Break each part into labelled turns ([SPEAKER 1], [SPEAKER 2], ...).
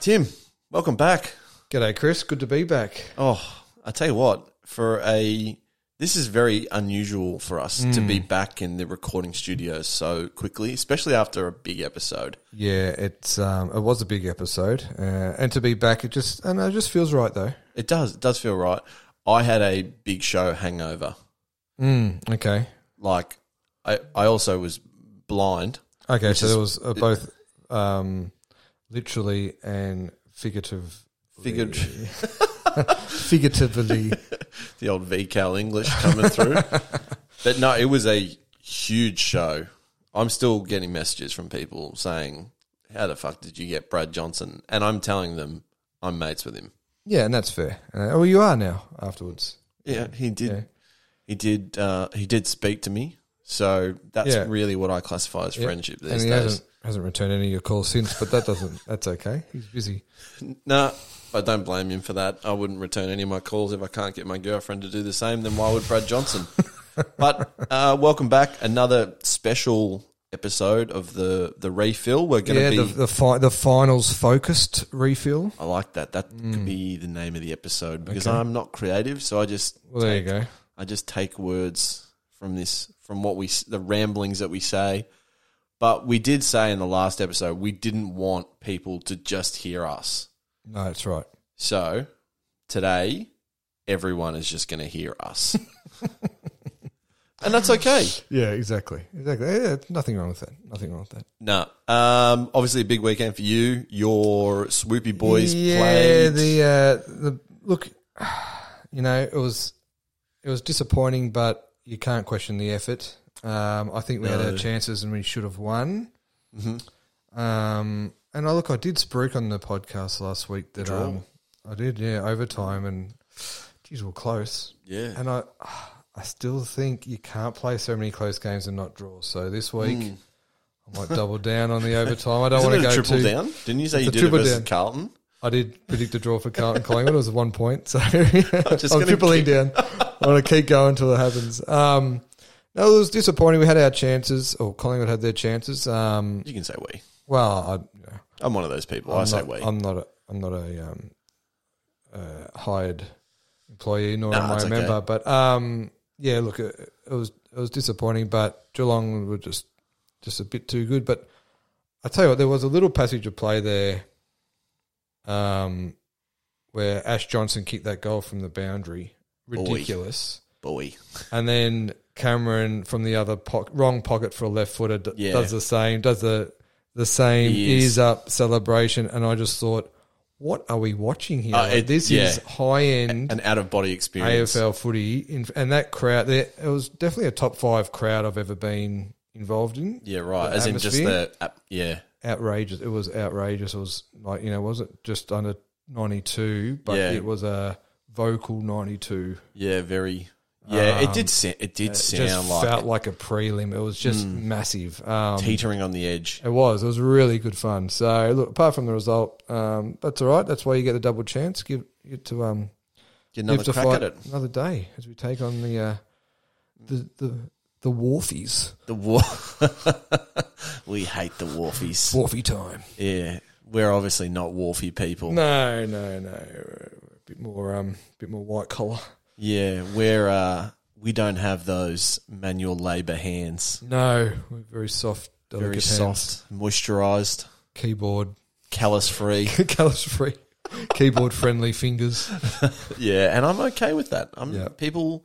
[SPEAKER 1] Tim, welcome back.
[SPEAKER 2] G'day, Chris. Good to be back.
[SPEAKER 1] Oh, I tell you what, for a this is very unusual for us to be back in the recording studio so quickly, especially after a big episode.
[SPEAKER 2] Yeah, it's um, it was a big episode, uh, and to be back, it just and it just feels right though.
[SPEAKER 1] It does it does feel right. I had a big show hangover.
[SPEAKER 2] Mm, okay,
[SPEAKER 1] Like I I also was blind.
[SPEAKER 2] okay. so there was uh, both um, literally and figurative,
[SPEAKER 1] Figured
[SPEAKER 2] figuratively.
[SPEAKER 1] the old VCal English coming through. but no, it was a huge show. I'm still getting messages from people saying, How the fuck did you get Brad Johnson? And I'm telling them I'm mates with him.
[SPEAKER 2] yeah, and that's fair. Uh, well, you are now afterwards.
[SPEAKER 1] Yeah, he did. He did. Uh, he did speak to me. So that's
[SPEAKER 2] Yeah.
[SPEAKER 1] really what I classify as friendship
[SPEAKER 2] and
[SPEAKER 1] these
[SPEAKER 2] he
[SPEAKER 1] days.
[SPEAKER 2] hasn't hasn't returned any of your calls since, but that doesn't. that's okay. He's busy.
[SPEAKER 1] No, I don't blame him for that. I wouldn't return any of my calls if I can't get my girlfriend to do the same. Then why would Brad Johnson? but uh, welcome back, another special episode of the the refill. We're going to
[SPEAKER 2] Yeah,
[SPEAKER 1] be.
[SPEAKER 2] the the, fi- the finals focused refill.
[SPEAKER 1] I like that. That
[SPEAKER 2] Mm.
[SPEAKER 1] could be the name of the episode because I'm not creative, so I just
[SPEAKER 2] Well, there you go.
[SPEAKER 1] I just take words from this, from what we, the ramblings that we say. But we did say in the last episode, we didn't want people to just hear us.
[SPEAKER 2] No, that's right.
[SPEAKER 1] So today, everyone is just going to hear us. and that's okay.
[SPEAKER 2] Yeah, exactly. Exactly. Yeah, nothing wrong with that. Nothing wrong with that.
[SPEAKER 1] No. Um, obviously, a big weekend for you. Your swoopy boys
[SPEAKER 2] yeah,
[SPEAKER 1] played.
[SPEAKER 2] the uh, the look, you know, it was it was disappointing, but you can't question the effort. Um, I think we had
[SPEAKER 1] No. Mm-hmm.
[SPEAKER 2] our chances and we should have won. Um, and I look, I did spruik on the podcast last week that
[SPEAKER 1] Draw.
[SPEAKER 2] um, I did, yeah, overtime and geez, we're close.
[SPEAKER 1] yeah.
[SPEAKER 2] And I, I still think you can't play so many close games and not draw. So this week, I might double down on the overtime. I don't
[SPEAKER 1] Isn't
[SPEAKER 2] want
[SPEAKER 1] it Hmm. a
[SPEAKER 2] to go
[SPEAKER 1] triple
[SPEAKER 2] too.
[SPEAKER 1] down? Didn't you say you
[SPEAKER 2] a
[SPEAKER 1] did it
[SPEAKER 2] triple
[SPEAKER 1] versus
[SPEAKER 2] down.
[SPEAKER 1] Carlton?
[SPEAKER 2] I did predict a draw for Carlton Collingwood. It was one point, so I'm,
[SPEAKER 1] gonna
[SPEAKER 2] tripling
[SPEAKER 1] keep-
[SPEAKER 2] down. I want to keep going until it happens. Um, no, it was disappointing. We had our chances, or Collingwood had their chances. Um,
[SPEAKER 1] You can say we.
[SPEAKER 2] well, I, you know,
[SPEAKER 1] I'm one of those people. i
[SPEAKER 2] I'm,
[SPEAKER 1] say
[SPEAKER 2] not,
[SPEAKER 1] we.
[SPEAKER 2] I'm not. A, I'm not a um, uh, hired employee, nor
[SPEAKER 1] Nah,
[SPEAKER 2] am I
[SPEAKER 1] it's
[SPEAKER 2] a
[SPEAKER 1] okay.
[SPEAKER 2] member. But um, yeah, look, it, it was it was disappointing. But Geelong were just just a bit too good. But I tell you what, there was a little passage of play there, um, where Ash Johnson kicked that goal from the boundary, ridiculous,
[SPEAKER 1] Boy.
[SPEAKER 2] and then Cameron from the other po- wrong pocket for a left footer d-
[SPEAKER 1] Yeah.
[SPEAKER 2] does the same, does the the same
[SPEAKER 1] Yes.
[SPEAKER 2] ears up celebration, and I just thought, what are we watching here?
[SPEAKER 1] Uh,
[SPEAKER 2] Like,
[SPEAKER 1] it-
[SPEAKER 2] this
[SPEAKER 1] yeah.
[SPEAKER 2] is high end
[SPEAKER 1] An out of body experience.
[SPEAKER 2] AFL footy, in, and that crowd there, it was definitely a top five crowd I've ever been involved in.
[SPEAKER 1] Yeah, right.
[SPEAKER 2] The
[SPEAKER 1] As in just
[SPEAKER 2] atmosphere.
[SPEAKER 1] the ap- yeah,
[SPEAKER 2] Outrageous! It was outrageous. It was like you know, it wasn't just under ninety two, but
[SPEAKER 1] Yeah.
[SPEAKER 2] it was a vocal ninety two.
[SPEAKER 1] yeah, very yeah. it did. sa- It did
[SPEAKER 2] Ah, It
[SPEAKER 1] sound
[SPEAKER 2] just
[SPEAKER 1] like Mm.
[SPEAKER 2] felt like a prelim. It was just massive. Um,
[SPEAKER 1] teetering on the edge.
[SPEAKER 2] It was. It was really good fun. So look, apart from the result, um, that's all right. That's why you get the double chance. Give it to um,
[SPEAKER 1] Get
[SPEAKER 2] give
[SPEAKER 1] another
[SPEAKER 2] to
[SPEAKER 1] crack at
[SPEAKER 2] fight
[SPEAKER 1] it.
[SPEAKER 2] another day as we take on the uh, the the the Wharfies.
[SPEAKER 1] The war. we hate the wharfies.
[SPEAKER 2] Wharfie time.
[SPEAKER 1] Yeah, we're obviously not wharfy people.
[SPEAKER 2] No, no, no. A bit more um, bit more white collar.
[SPEAKER 1] Yeah, we're uh, we don't have those manual labour hands.
[SPEAKER 2] No, we're very soft, delicate
[SPEAKER 1] Very
[SPEAKER 2] hands.
[SPEAKER 1] soft, moisturised,
[SPEAKER 2] keyboard,
[SPEAKER 1] callus free.
[SPEAKER 2] callus free, keyboard friendly fingers.
[SPEAKER 1] yeah, and I'm okay with that. I'm
[SPEAKER 2] Yeah.
[SPEAKER 1] people.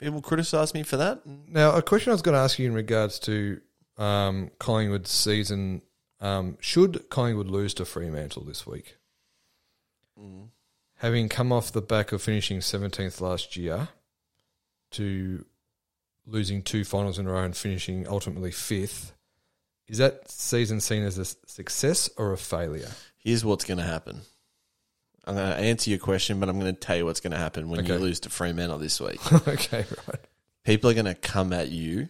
[SPEAKER 1] People criticise me for that.
[SPEAKER 2] Now, a question I was going to ask you in regards to um, Collingwood's season: um, Should Collingwood lose to Fremantle this week, having come off the back of finishing seventeenth last year, to losing two finals in a row and finishing ultimately fifth? Is that season seen as a s- success or a failure?
[SPEAKER 1] Here's what's going to happen. I'm going to answer your question, but I'm going to tell you what's going to happen when you
[SPEAKER 2] Okay.
[SPEAKER 1] lose to Fremantle this week.
[SPEAKER 2] okay, right,
[SPEAKER 1] People are going to come at you,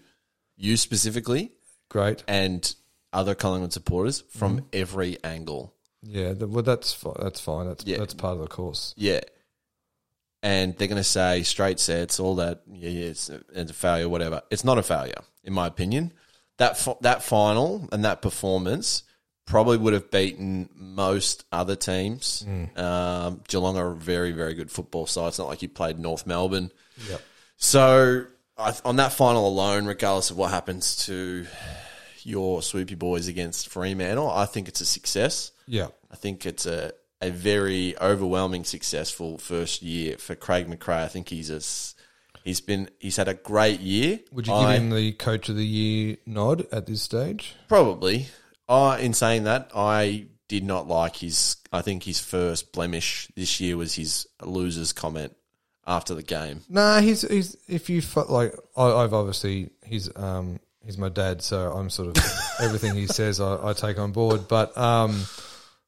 [SPEAKER 1] you specifically,
[SPEAKER 2] great.
[SPEAKER 1] and other Collingwood supporters from every angle.
[SPEAKER 2] Yeah, th well, that's fi- that's fine. That's
[SPEAKER 1] Yeah.
[SPEAKER 2] that's part of the course.
[SPEAKER 1] Yeah. And they're going to say straight sets, all that. Yeah, yeah it's, a, it's a failure, whatever. It's not a failure, in my opinion. That, fi- that final and that performance probably would have beaten most other teams. Um, Geelong are a very, very good football side. It's not like you played North Melbourne.
[SPEAKER 2] Yep.
[SPEAKER 1] So I, on that final alone, regardless of what happens to your swoopy boys against Fremantle, I think it's a success.
[SPEAKER 2] Yeah.
[SPEAKER 1] I think it's a, a very overwhelming successful first year for Craig McRae. I think he's a s- he's been he's had a great year.
[SPEAKER 2] Would you give
[SPEAKER 1] I-
[SPEAKER 2] him the coach of the year nod at this stage?
[SPEAKER 1] Probably. I in saying that, I did not like his. I think his first blemish this year was his losers comment after the game.
[SPEAKER 2] Nah, he's he's if you fo- like I, I've obviously he's um he's my dad, so I'm sort of everything he says I, I take on board. But um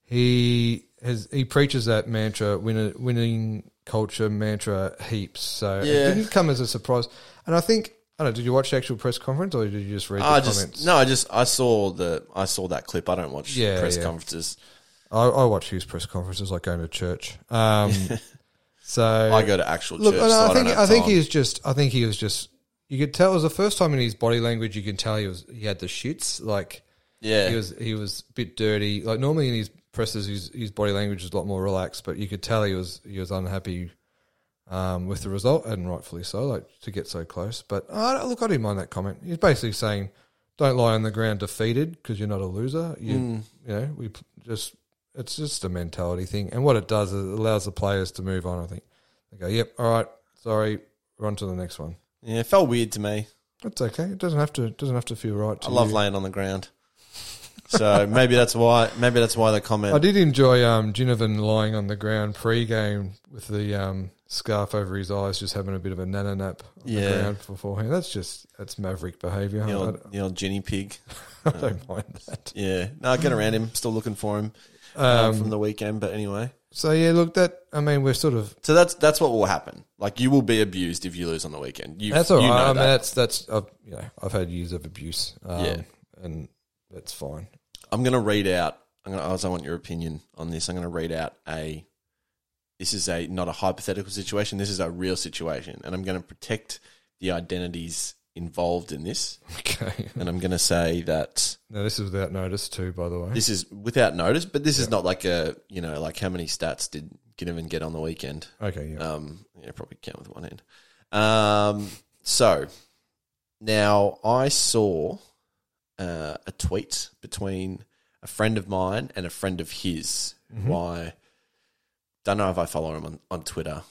[SPEAKER 2] he has he preaches that mantra winner, winning culture mantra heaps. So
[SPEAKER 1] Yeah.
[SPEAKER 2] it didn't come as a surprise. And I think I don't know, did you watch the actual press conference or did you just read the
[SPEAKER 1] I
[SPEAKER 2] comments?
[SPEAKER 1] just no. I just I saw the I saw that clip. I don't watch
[SPEAKER 2] Yeah,
[SPEAKER 1] press
[SPEAKER 2] yeah.
[SPEAKER 1] conferences.
[SPEAKER 2] I, I watch his press conferences like going to church. Um so
[SPEAKER 1] I go to actual
[SPEAKER 2] Look,
[SPEAKER 1] church.
[SPEAKER 2] and
[SPEAKER 1] so
[SPEAKER 2] I,
[SPEAKER 1] I,
[SPEAKER 2] think
[SPEAKER 1] don't
[SPEAKER 2] I,
[SPEAKER 1] have
[SPEAKER 2] think
[SPEAKER 1] time.
[SPEAKER 2] he was just. I think he was just. You could tell it was the first time in his body language. You can tell he was. He had the shits. Like
[SPEAKER 1] yeah.
[SPEAKER 2] he was. He was a bit dirty. Like normally in his presses, his his body language is a lot more relaxed. But you could tell he was. He was unhappy. Um, with the result, and rightfully so, like to get so close. But uh, look, I didn't mind that comment. He's basically saying, "Don't lie on the ground defeated because you're not a loser. You,
[SPEAKER 1] Hmm.
[SPEAKER 2] you know, we p- just it's just a mentality thing. And what it does is it allows the players to move on. I think they go, "Yep, all right, sorry, we're on to the next one."
[SPEAKER 1] yeah, it felt weird to me.
[SPEAKER 2] That's okay. It doesn't have to. It doesn't have to feel right. To
[SPEAKER 1] I love
[SPEAKER 2] you.
[SPEAKER 1] laying on the ground. So maybe that's why. Maybe that's why the
[SPEAKER 2] I
[SPEAKER 1] comment.
[SPEAKER 2] did enjoy um, Ginnivan lying on the ground pre-game with the um, scarf over his eyes, just having a bit of a nana nap on the
[SPEAKER 1] Yeah.
[SPEAKER 2] ground beforehand. That's just that's maverick behaviour.
[SPEAKER 1] The
[SPEAKER 2] I,
[SPEAKER 1] old, the old guinea pig.
[SPEAKER 2] don't- I don't mind that.
[SPEAKER 1] Yeah. No, I get around him. Still looking for him uh,
[SPEAKER 2] Um,
[SPEAKER 1] from the weekend. But anyway.
[SPEAKER 2] so yeah, look, that I mean, we're sort of
[SPEAKER 1] So that's that's what will happen. Like you will be abused if you lose on the weekend. You,
[SPEAKER 2] that's all right.
[SPEAKER 1] you
[SPEAKER 2] I
[SPEAKER 1] Know
[SPEAKER 2] mean,
[SPEAKER 1] that.
[SPEAKER 2] that's that's I've, you know I've had years of abuse. Um,
[SPEAKER 1] Yeah.
[SPEAKER 2] and that's fine.
[SPEAKER 1] I'm going to read out. I'm going to. I also want your opinion on this. I'm going to read out a. This is a not a hypothetical situation. This is a real situation, and I'm going to protect the identities involved in this.
[SPEAKER 2] Okay.
[SPEAKER 1] And I'm going to say that
[SPEAKER 2] Now this is without notice too, by the way.
[SPEAKER 1] this is without notice, but this is not like a you know like how many stats did Ginnivan get on the weekend?
[SPEAKER 2] okay. Yeah.
[SPEAKER 1] Um, yeah, probably count with one hand. Um, so now I saw uh, a tweet between a friend of mine and a friend of his. Who I don't know if I follow him on, on Twitter.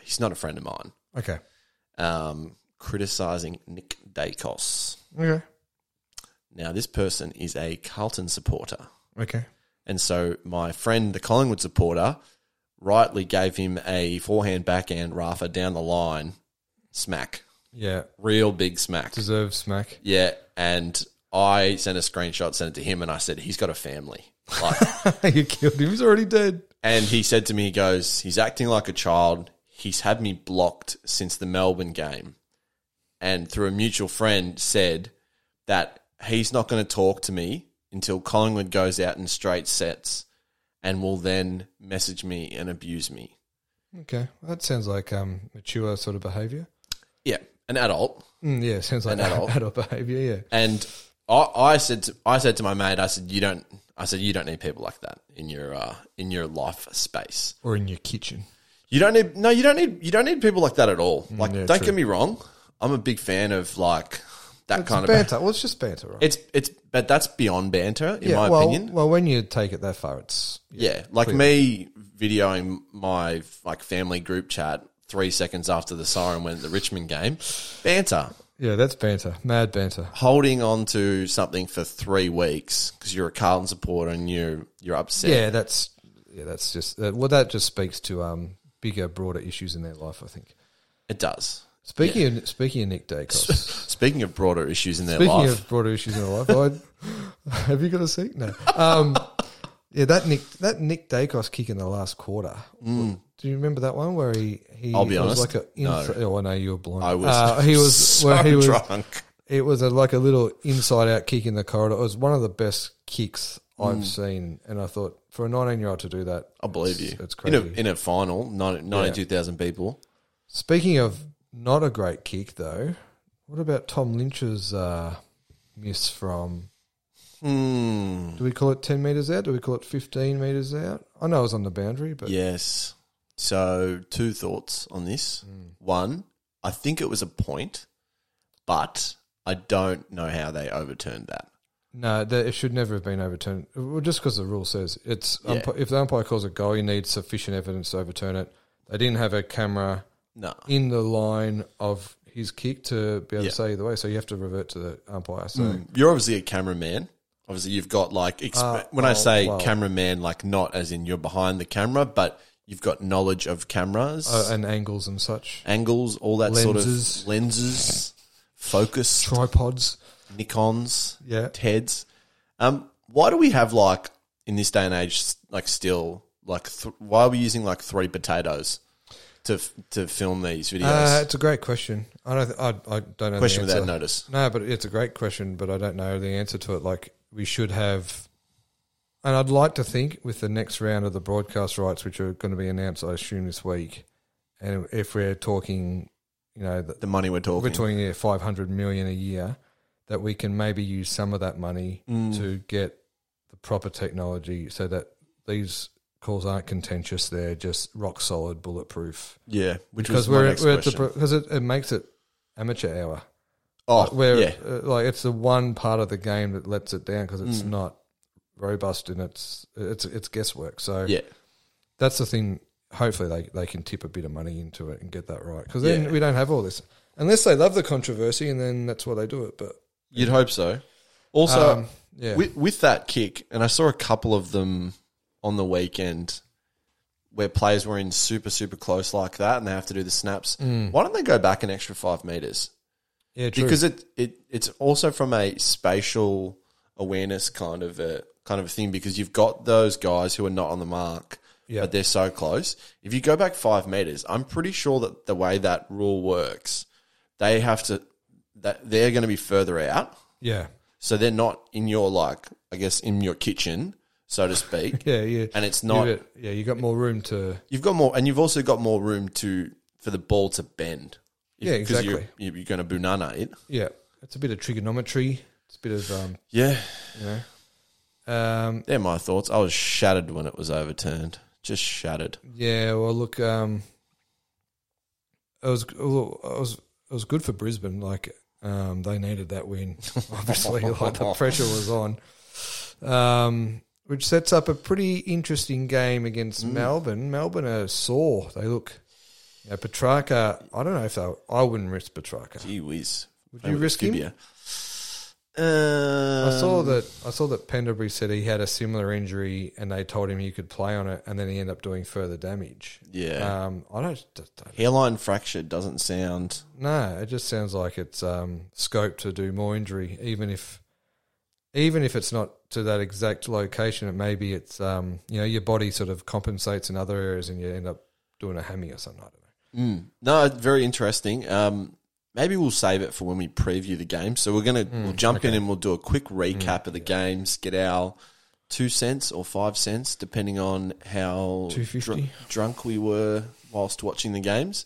[SPEAKER 1] He's not a friend of mine.
[SPEAKER 2] Okay.
[SPEAKER 1] Um, criticizing Nick Dacos.
[SPEAKER 2] Okay.
[SPEAKER 1] Now this person is a Carlton supporter.
[SPEAKER 2] Okay.
[SPEAKER 1] And so my friend, the Collingwood supporter, rightly gave him a forehand backhand Rafa down the line smack.
[SPEAKER 2] Yeah.
[SPEAKER 1] Real big smack.
[SPEAKER 2] Deserves smack.
[SPEAKER 1] Yeah. And I sent a screenshot, sent it to him, and I said, He's got a family. Like,
[SPEAKER 2] you killed him. He's already dead.
[SPEAKER 1] and he said to me, He goes, He's acting like a child. He's had me blocked since the Melbourne game. And through a mutual friend said that he's not going to talk to me until Collingwood goes out in straight sets and will then message me and abuse me.
[SPEAKER 2] Okay. That sounds like um, mature sort of behavior.
[SPEAKER 1] Yeah, an adult.
[SPEAKER 2] Mm, yeah. Sounds like
[SPEAKER 1] An adult.
[SPEAKER 2] adult behavior. Yeah.
[SPEAKER 1] And I, I said to, I said to my mate, I said, You don't I said, You don't need people like that in your uh, in your life space.
[SPEAKER 2] Or in your kitchen.
[SPEAKER 1] You don't need no. You don't need you don't need people like that at all. Like,
[SPEAKER 2] Mm, yeah,
[SPEAKER 1] don't
[SPEAKER 2] true.
[SPEAKER 1] get me wrong. I'm a big fan of like that
[SPEAKER 2] It's
[SPEAKER 1] kind of.
[SPEAKER 2] banter. Well, it's just banter, right?
[SPEAKER 1] It's it's but that's beyond banter in my
[SPEAKER 2] well,
[SPEAKER 1] opinion.
[SPEAKER 2] Well, when you take it that far, it's
[SPEAKER 1] Yeah, like me videoing my like family group chat three seconds after the siren went at the Richmond game. Banter,
[SPEAKER 2] yeah, that's banter, mad banter.
[SPEAKER 1] holding on to something for three weeks because you're a Carlton supporter and you you're upset.
[SPEAKER 2] Yeah, that's yeah, that's just uh, well, that just speaks to um bigger, broader issues in their life. I think.
[SPEAKER 1] It does.
[SPEAKER 2] Speaking of speaking of Nick Dacos,
[SPEAKER 1] Speaking of broader issues in their
[SPEAKER 2] speaking
[SPEAKER 1] life,
[SPEAKER 2] of broader issues in their life, I, have you got a seat? No. Um, yeah, that Nick that Nick Dacos kick in the last quarter. Do you remember that one where he he
[SPEAKER 1] Mm. I'll be
[SPEAKER 2] it was
[SPEAKER 1] honest,
[SPEAKER 2] like a inf- oh I know you were blind.
[SPEAKER 1] I was
[SPEAKER 2] Uh, he was
[SPEAKER 1] so
[SPEAKER 2] where he was
[SPEAKER 1] drunk.
[SPEAKER 2] It was a, like a little inside out kick in the corridor. It was one of the best kicks I've seen, and I thought for a 19 year old to do that,
[SPEAKER 1] Mm. I believe
[SPEAKER 2] it's-
[SPEAKER 1] you.
[SPEAKER 2] It's
[SPEAKER 1] in
[SPEAKER 2] crazy.
[SPEAKER 1] a, in a final, nine- 92,000 people.
[SPEAKER 2] Speaking of not a great kick though, what about Tom Lynch's uh, miss from
[SPEAKER 1] Mm.
[SPEAKER 2] Do we call it 10 metres out? Do we call it 15 metres out? I know it was on the boundary, but
[SPEAKER 1] Yes. So, two thoughts on this.
[SPEAKER 2] Hmm.
[SPEAKER 1] One, I think it was a point, but I don't know how they overturned that.
[SPEAKER 2] no, that, it should never have been overturned. Well, just because the rule says it's
[SPEAKER 1] Yeah.
[SPEAKER 2] ump- if the umpire calls a goal, you need sufficient evidence to overturn it. They didn't have a camera
[SPEAKER 1] No.
[SPEAKER 2] in the line of his kick to be able
[SPEAKER 1] Yeah. Mm.
[SPEAKER 2] to say either way, so you have to revert to the umpire. So
[SPEAKER 1] You're obviously a cameraman. Obviously, you've got like exp-
[SPEAKER 2] Uh,
[SPEAKER 1] when I
[SPEAKER 2] oh,
[SPEAKER 1] say
[SPEAKER 2] well.
[SPEAKER 1] cameraman, like not as in you're behind the camera, but you've got knowledge of cameras,
[SPEAKER 2] uh, and angles and such
[SPEAKER 1] angles, all that sort
[SPEAKER 2] lenses.
[SPEAKER 1] of lenses, focus,
[SPEAKER 2] tripods.
[SPEAKER 1] Nikon's,
[SPEAKER 2] Yeah,
[SPEAKER 1] Ted's. Um, why do we have like in this day and age, s- like still like th- why are we using like three potatoes to f- to film these
[SPEAKER 2] uh,
[SPEAKER 1] videos?
[SPEAKER 2] it's a great question. I don't. I, I don't know.
[SPEAKER 1] Question
[SPEAKER 2] the answer.
[SPEAKER 1] without notice.
[SPEAKER 2] No, but it's a great question, but I don't know the answer to it. Like we should have, and I'd like to think with the next round of the broadcast rights, which are going to be announced, I assume this week, and if we're talking, you know, the,
[SPEAKER 1] The money we're talking.
[SPEAKER 2] we're talking yeah, five hundred million a year, that we can maybe use some of that money
[SPEAKER 1] Mm.
[SPEAKER 2] to get the proper technology so that these calls aren't contentious; they're just rock solid, bulletproof.
[SPEAKER 1] yeah, which was
[SPEAKER 2] Because
[SPEAKER 1] my
[SPEAKER 2] we're,
[SPEAKER 1] next
[SPEAKER 2] we're at the
[SPEAKER 1] question.
[SPEAKER 2] because it, it makes it amateur hour
[SPEAKER 1] oh,
[SPEAKER 2] where
[SPEAKER 1] yeah,
[SPEAKER 2] uh, like it's the one part of the game that lets it down because
[SPEAKER 1] Mm.
[SPEAKER 2] it's not robust and it's it's it's guesswork. So
[SPEAKER 1] yeah.
[SPEAKER 2] that's the thing. Hopefully they they can tip a bit of money into it and get that right because then
[SPEAKER 1] Yeah.
[SPEAKER 2] we don't have all this unless they love the controversy and then that's why they do it. But
[SPEAKER 1] You'd hope so. Also,
[SPEAKER 2] um, yeah,
[SPEAKER 1] with, with that kick, and I saw a couple of them on the weekend where players were in super, super close like that and they have to do the snaps.
[SPEAKER 2] Mm.
[SPEAKER 1] Why don't they go back an extra five metres?
[SPEAKER 2] yeah, true.
[SPEAKER 1] Because it, it it's also from a spatial awareness kind of a kind of a thing because you've got those guys who are not on the mark,
[SPEAKER 2] Yeah.
[SPEAKER 1] but they're so close. If you go back five meters, I'm pretty sure that the way that rule works, they have to that they're going to be further out.
[SPEAKER 2] yeah,
[SPEAKER 1] So they're not in your like, I guess, in your kitchen, so to speak.
[SPEAKER 2] yeah, yeah,
[SPEAKER 1] And it's not.
[SPEAKER 2] You get- yeah, you got more room to
[SPEAKER 1] You've got more, and you've also got more room to for the ball to bend. If-
[SPEAKER 2] Yeah,
[SPEAKER 1] 'cause you-
[SPEAKER 2] exactly.
[SPEAKER 1] you- You're, going to bunana it.
[SPEAKER 2] yeah. It's a bit of trigonometry. It's a bit of um,
[SPEAKER 1] Yeah,
[SPEAKER 2] you know. Um,
[SPEAKER 1] they're my thoughts. I was shattered when it was overturned. Just shattered.
[SPEAKER 2] Yeah, well, look, um, it was it was it was good for Brisbane. Like, um, they needed that win. Obviously, like the pressure was on, um, which sets up a pretty interesting game against Melbourne. Melbourne are sore. They look. You know, Petrarca, I don't know if they. I wouldn't risk Petrarca.
[SPEAKER 1] Gee whiz. Would
[SPEAKER 2] you risk him?
[SPEAKER 1] Uh,
[SPEAKER 2] I saw that. I saw that Penderbury said he had a similar injury, and they told him he could play on it, and then he ended up doing further damage.
[SPEAKER 1] Yeah,
[SPEAKER 2] Um, I don't, don't
[SPEAKER 1] hairline fracture doesn't sound.
[SPEAKER 2] No, it just sounds like it's um, scope to do more injury, even if, even if it's not to that exact location. It maybe it's um, you know your body sort of compensates in other areas, and you end up doing a hammy or something. I don't know.
[SPEAKER 1] Mm. No, very interesting. Um, maybe we'll save it for when we preview the game. So we're gonna we'll
[SPEAKER 2] Hmm,
[SPEAKER 1] jump in and we'll do a quick recap of the games, get our two cents or five cents, depending on how
[SPEAKER 2] 2.50.
[SPEAKER 1] drunk we were whilst watching the games.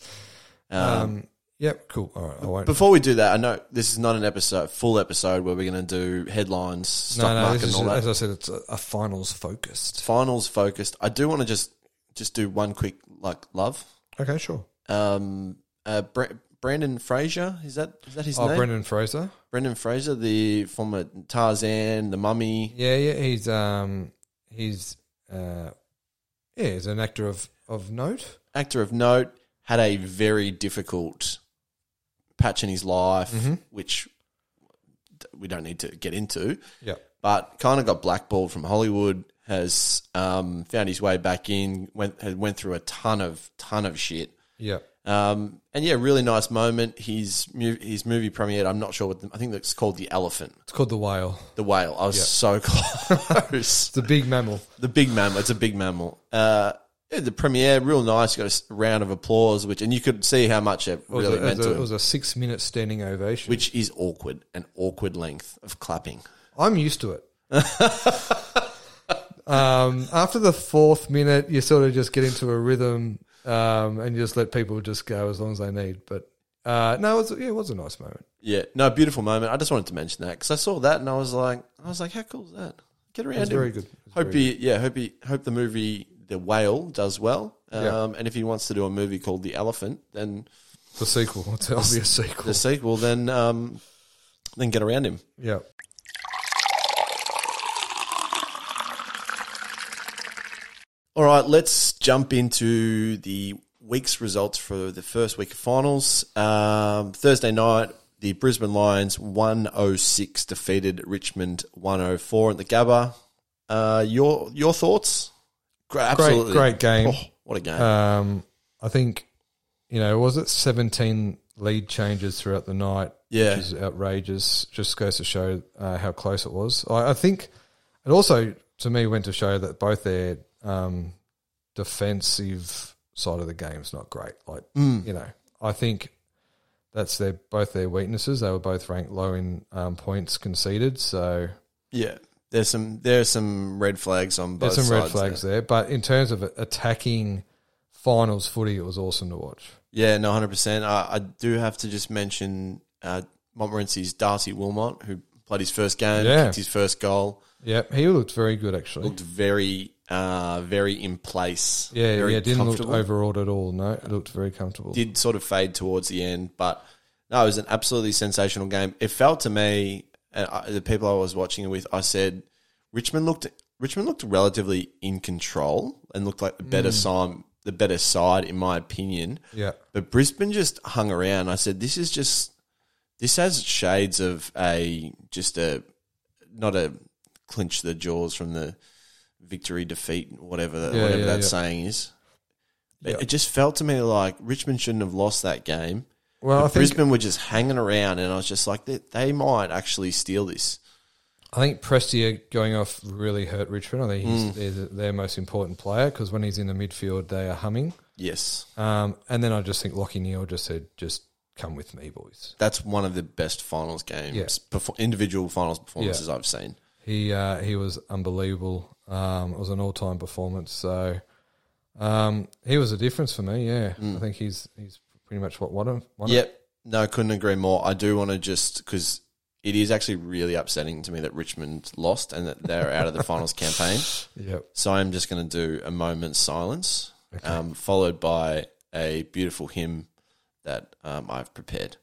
[SPEAKER 2] Um,
[SPEAKER 1] Um,
[SPEAKER 2] yep, cool. All right, I won't.
[SPEAKER 1] before we do that, I know this is not an episode, full episode where we're going to do headlines, stock
[SPEAKER 2] no, no,
[SPEAKER 1] market,
[SPEAKER 2] this
[SPEAKER 1] and
[SPEAKER 2] is
[SPEAKER 1] all that.
[SPEAKER 2] as I said, it's a, a finals focused.
[SPEAKER 1] Finals focused. I do want to just just do one quick like love.
[SPEAKER 2] Okay, sure.
[SPEAKER 1] Um, uh, Bra- Brandon Fraser is that is that his
[SPEAKER 2] Oh,
[SPEAKER 1] name?
[SPEAKER 2] Brendan Fraser.
[SPEAKER 1] Brendan Fraser, the former Tarzan, the Mummy.
[SPEAKER 2] Yeah, yeah, he's um, he's uh, yeah, he's an actor of of note.
[SPEAKER 1] actor of note, had a very difficult patch in his life,
[SPEAKER 2] Mm-hmm.
[SPEAKER 1] which we don't need to get into,
[SPEAKER 2] Yeah,
[SPEAKER 1] but kind of got blackballed from Hollywood. Has um, found his way back in. Went had went through a ton of ton of shit.
[SPEAKER 2] yeah.
[SPEAKER 1] Um, and yeah, really nice moment. His mu- his movie premiered. I'm not sure what the, I think that's called the Elephant,
[SPEAKER 2] It's called the whale.
[SPEAKER 1] the whale. I was so close.
[SPEAKER 2] It's a big mammal.
[SPEAKER 1] The big mammal. It's a big mammal. Uh, yeah, the premiere, real nice. Got a s- round of applause, which and you could see how much it
[SPEAKER 2] It was,
[SPEAKER 1] really
[SPEAKER 2] a, it
[SPEAKER 1] meant
[SPEAKER 2] was
[SPEAKER 1] to
[SPEAKER 2] a-
[SPEAKER 1] him,
[SPEAKER 2] it was a six minute standing ovation.
[SPEAKER 1] which is awkward, an awkward length of clapping.
[SPEAKER 2] I'm used to it. um, after the fourth minute, you sort of just get into a rhythm um, and you just let people just go as long as they need. But Uh, no, it was, yeah, it was a nice moment.
[SPEAKER 1] Yeah, no, beautiful moment. I just wanted to mention that because I saw that and I was like, I was like, how cool is that? Get around
[SPEAKER 2] It was
[SPEAKER 1] him.
[SPEAKER 2] very good. It was
[SPEAKER 1] hope
[SPEAKER 2] very
[SPEAKER 1] he, yeah, hope he, hope the movie The Whale does well. Um,
[SPEAKER 2] Yeah.
[SPEAKER 1] And if he wants to do a movie called The Elephant, then
[SPEAKER 2] good. the sequel. It's obviously a sequel.
[SPEAKER 1] the sequel, then um, then get around him.
[SPEAKER 2] Yeah.
[SPEAKER 1] All right, let's jump into the week's results for the first week of finals. Um, Thursday night, the Brisbane Lions 106 defeated Richmond 104 at the Gabba. Uh, your your thoughts? Great, absolutely.
[SPEAKER 2] great game.
[SPEAKER 1] Oh, what a game.
[SPEAKER 2] Um, I think, you know, was it 17 lead changes throughout the night?
[SPEAKER 1] Yeah.
[SPEAKER 2] Which is outrageous. Just goes to show uh, how close it was. I, I think it also, to me, went to show that both their um, defensive side of the game's not great. Like,
[SPEAKER 1] Hmm.
[SPEAKER 2] you know, I think that's their both their weaknesses. They were both ranked low in um, points conceded. So
[SPEAKER 1] yeah. There's some there's some red flags on both
[SPEAKER 2] there's some
[SPEAKER 1] sides.
[SPEAKER 2] red flags there. But in terms of attacking finals footy, it was awesome to watch.
[SPEAKER 1] there. Yeah, no, 100%. I, I do have to just mention uh, Montmorency's Darcy Wilmot, who played his first game,
[SPEAKER 2] Yeah.
[SPEAKER 1] kicked his first goal.
[SPEAKER 2] Yep, he looked very good actually.
[SPEAKER 1] looked very, uh, very in place.
[SPEAKER 2] yeah,
[SPEAKER 1] very
[SPEAKER 2] yeah, didn't look
[SPEAKER 1] comfortable.
[SPEAKER 2] overawed at all. No, it looked very comfortable.
[SPEAKER 1] Did sort of fade towards the end, but no, it was an absolutely sensational game. It felt to me, and I, the people I was watching it with, I said Richmond looked Richmond looked relatively in control and looked like the better
[SPEAKER 2] Mm.
[SPEAKER 1] side, the better side in my opinion.
[SPEAKER 2] yeah,
[SPEAKER 1] But Brisbane just hung around. I said, this is just, this has shades of a, just a, not a clinch the jaws from the victory, defeat, whatever, that
[SPEAKER 2] Yeah,
[SPEAKER 1] whatever
[SPEAKER 2] yeah,
[SPEAKER 1] that
[SPEAKER 2] yeah.
[SPEAKER 1] saying is. It-
[SPEAKER 2] Yeah.
[SPEAKER 1] It just felt to me like Richmond shouldn't have lost that game.
[SPEAKER 2] Well, I
[SPEAKER 1] But
[SPEAKER 2] think
[SPEAKER 1] Brisbane were just hanging around, and I was just like, they, they might actually steal this.
[SPEAKER 2] I think Prestia going off really hurt Richmond. I think he's
[SPEAKER 1] Mm.
[SPEAKER 2] they're the- their most important player because when he's in the midfield, they are humming.
[SPEAKER 1] Yes.
[SPEAKER 2] Um, and then I just think Lockie Neal just said, "Just come with me, boys."
[SPEAKER 1] That's one of the best finals games,
[SPEAKER 2] Yeah.
[SPEAKER 1] perfo- individual finals performances I've seen.
[SPEAKER 2] He uh, he was unbelievable. Um, it was an all time performance. So um, he was a difference for me. Yeah, I think he's he's pretty much what one of one
[SPEAKER 1] Mm. Yep. No, couldn't agree more. I do want to just because it is actually really upsetting to me that Richmond lost and that they're out of the finals campaign.
[SPEAKER 2] Of, yep.
[SPEAKER 1] So I'm just going to do a moment's silence, um, followed by a beautiful hymn that um, I've prepared.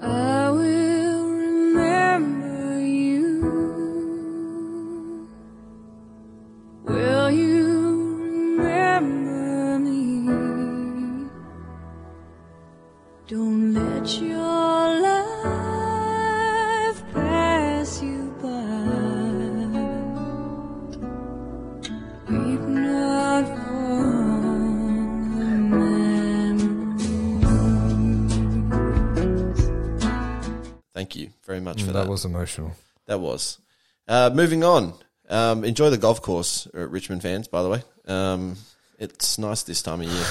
[SPEAKER 3] I will remember you. Will you remember me? Don't let your life pass you by. Weep not for the memory.
[SPEAKER 1] Thank you very much
[SPEAKER 2] Mm,
[SPEAKER 1] for
[SPEAKER 2] that,
[SPEAKER 1] that.
[SPEAKER 2] was emotional.
[SPEAKER 1] That was. Uh, moving on. Um, enjoy the golf course, uh, Richmond fans. By the way, um, it's nice this time of year.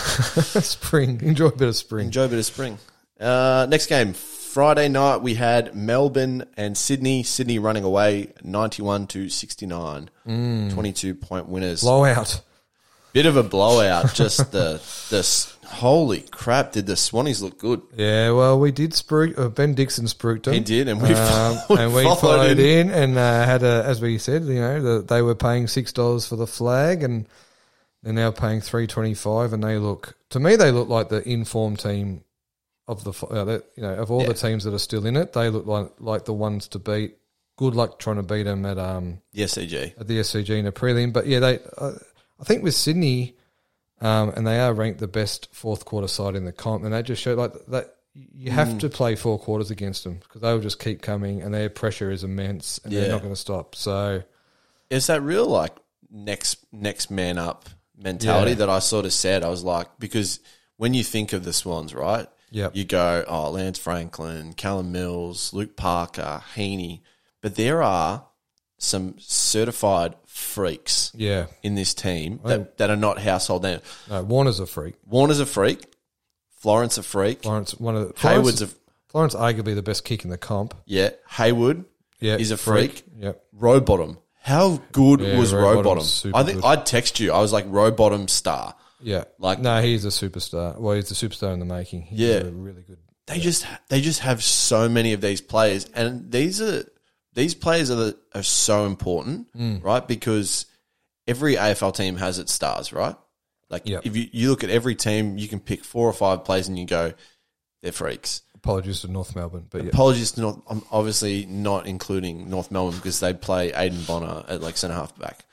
[SPEAKER 2] spring. Enjoy a bit of spring.
[SPEAKER 1] Enjoy a bit of spring. Uh, next game, Friday night, we had Melbourne and Sydney. Sydney running away 91 to 69.
[SPEAKER 2] Mm.
[SPEAKER 1] 22 point winners.
[SPEAKER 2] Blowout.
[SPEAKER 1] Bit of a blowout. Just the, the s- holy crap, did the Swannies look good?
[SPEAKER 2] Yeah, well, we did spruik. Uh, ben Dixon spruiked them.
[SPEAKER 1] He did, and we
[SPEAKER 2] Um,
[SPEAKER 1] followed,
[SPEAKER 2] and we followed, in, and uh, had a, as we said, you know, the, they were paying six dollars for the flag, and they're now paying three twenty five, and they look to me they look like the informed team of the, fi- uh, that- you know, of all the teams that are still in it, they look like like the ones to beat. Good luck trying to beat them at um
[SPEAKER 1] The SCG.
[SPEAKER 2] at the SCG in a prelim, but yeah, they uh, I think with Sydney, um, and they are ranked the best fourth quarter side in the comp, and that just showed like that you have
[SPEAKER 1] Mm.
[SPEAKER 2] to play four quarters against them because they will just keep coming, and their pressure is immense, and
[SPEAKER 1] Yeah.
[SPEAKER 2] they're not going to stop. So
[SPEAKER 1] It's that real, like, next, next man up mentality
[SPEAKER 2] Yeah.
[SPEAKER 1] that I sort of said. I was like, because when you think of the Swans, right?
[SPEAKER 2] yeah,
[SPEAKER 1] you go, oh, Lance Franklin, Callum Mills, Luke Parker, Heaney. But there are some certified freaks
[SPEAKER 2] yeah,
[SPEAKER 1] in this team
[SPEAKER 2] Oh,
[SPEAKER 1] that, that are not household names.
[SPEAKER 2] no, Warner's a freak.
[SPEAKER 1] Warner's a freak. Florence a freak.
[SPEAKER 2] Florence, one of the, Florence,
[SPEAKER 1] Hayward's a
[SPEAKER 2] Florence, arguably the best kick in the comp.
[SPEAKER 1] yeah. Haywood
[SPEAKER 2] Yeah,
[SPEAKER 1] is a freak.
[SPEAKER 2] Yep.
[SPEAKER 1] Rowbottom How good
[SPEAKER 2] Yeah,
[SPEAKER 1] was
[SPEAKER 2] Rowbottom's
[SPEAKER 1] Rowbottom?
[SPEAKER 2] super
[SPEAKER 1] I think
[SPEAKER 2] good.
[SPEAKER 1] I text you. I was like Rowbottom star.
[SPEAKER 2] Yeah,
[SPEAKER 1] Like-
[SPEAKER 2] no, he's a superstar. Well, he's a superstar in the making. He's
[SPEAKER 1] Yeah.
[SPEAKER 2] a really good.
[SPEAKER 1] They just they just have so many of these players, and these are these players are the, are so important, right? Because every AFL team has its stars, right? Like
[SPEAKER 2] Yep.
[SPEAKER 1] if you, you look at every team, you can pick four or five players, and you go, they're freaks.
[SPEAKER 2] Apologies to North Melbourne, but yeah,
[SPEAKER 1] Apologies to not, I'm obviously not including North Melbourne because they play Aiden Bonner at like centre half back.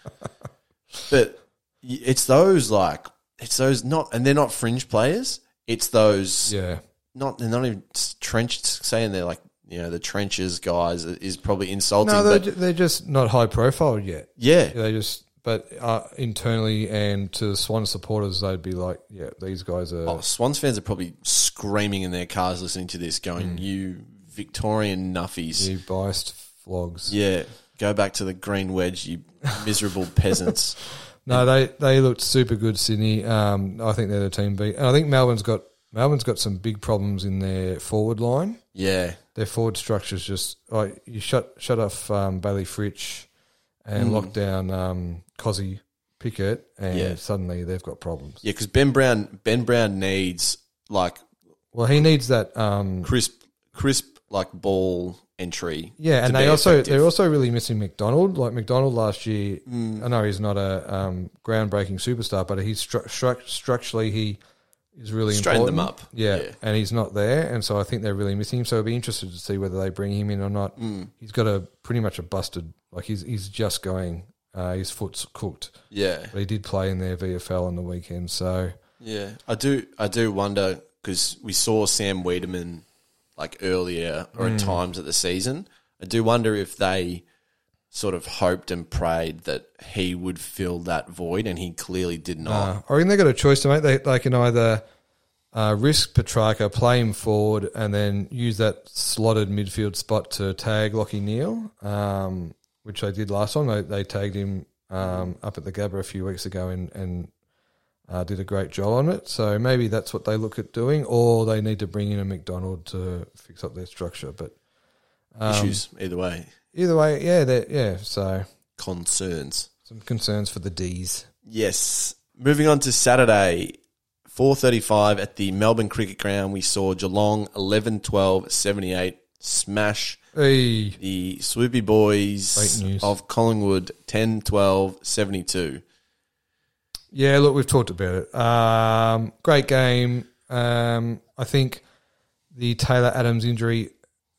[SPEAKER 1] but y- it's those like it's those not, and they're not fringe players. It's those
[SPEAKER 2] yeah,
[SPEAKER 1] not they're not even trench saying they're like you know the trenches guys is probably insulting.
[SPEAKER 2] no, they're,
[SPEAKER 1] but
[SPEAKER 2] ju- they're just not high profile yet.
[SPEAKER 1] yeah,
[SPEAKER 2] They just, but uh, internally and to Swan supporters, they'd be like, yeah, these guys are.
[SPEAKER 1] Oh, Swans fans are probably screaming in their cars listening to this,
[SPEAKER 2] Mm.
[SPEAKER 1] going, "You Victorian nuffies,
[SPEAKER 2] You biased flogs.
[SPEAKER 1] yeah, go back to the green wedge, you miserable peasants."
[SPEAKER 2] No, they, they looked super good, Sydney. Um, I think they're the team B. And I think Melbourne's got Melbourne's got some big problems in their forward line.
[SPEAKER 1] Yeah,
[SPEAKER 2] Their forward structure's just like you shut shut off um, Bailey Fritch
[SPEAKER 1] Mm.
[SPEAKER 2] and lock down um, Cozzy Pickett, and
[SPEAKER 1] Yeah.
[SPEAKER 2] suddenly they've got problems.
[SPEAKER 1] Yeah, because Ben Brown, Ben Brown needs like
[SPEAKER 2] Well, he needs that. Um,
[SPEAKER 1] crisp, crisp like ball entry.
[SPEAKER 2] yeah,
[SPEAKER 1] to
[SPEAKER 2] and they
[SPEAKER 1] be
[SPEAKER 2] also
[SPEAKER 1] effective. Mm.
[SPEAKER 2] they're also really missing McDonald. Like McDonald last year, I know he's not a um, groundbreaking superstar, but he's stru- stru- structurally he is really
[SPEAKER 1] Straighten them
[SPEAKER 2] important.
[SPEAKER 1] up.
[SPEAKER 2] Yeah,
[SPEAKER 1] Yeah.
[SPEAKER 2] and he's not there, and so I think they're really missing him. So I'd be interested to see whether they bring him in or not.
[SPEAKER 1] Mm.
[SPEAKER 2] He's got a pretty much a busted like he's he's just going. Uh, his foot's cooked,
[SPEAKER 1] yeah,
[SPEAKER 2] but he did play in their VFL on the weekend. So
[SPEAKER 1] yeah. I do, I do wonder because we saw Sam Wiedemann like earlier or at times of the season. I do wonder if they sort of hoped and prayed that he would fill that void, and he clearly did not.
[SPEAKER 2] uh, I reckon they got a choice to make. They they can either uh, risk Petrarca, play him forward, and then use that slotted midfield spot to tag Lockie Neal, um, which they did last time. They they tagged him um, up at the Gabba a few weeks ago and and uh, did a great job on it. So maybe that's what they look at doing, or they need to bring in a McDonald to fix up their structure. But
[SPEAKER 1] Issues either way,
[SPEAKER 2] either way, yeah, they're- yeah. So
[SPEAKER 1] concerns.
[SPEAKER 2] some concerns for the D's.
[SPEAKER 1] Yes. Moving on to Saturday, 4.35 at the Melbourne Cricket Ground, we saw Geelong 11-12-78 smash
[SPEAKER 2] Hey.
[SPEAKER 1] the Swoopy Boys
[SPEAKER 2] Great news.
[SPEAKER 1] of Collingwood 10-12-72.
[SPEAKER 2] Yeah, look, we've talked about it. Um, great game. Um, I think the Taylor Adams injury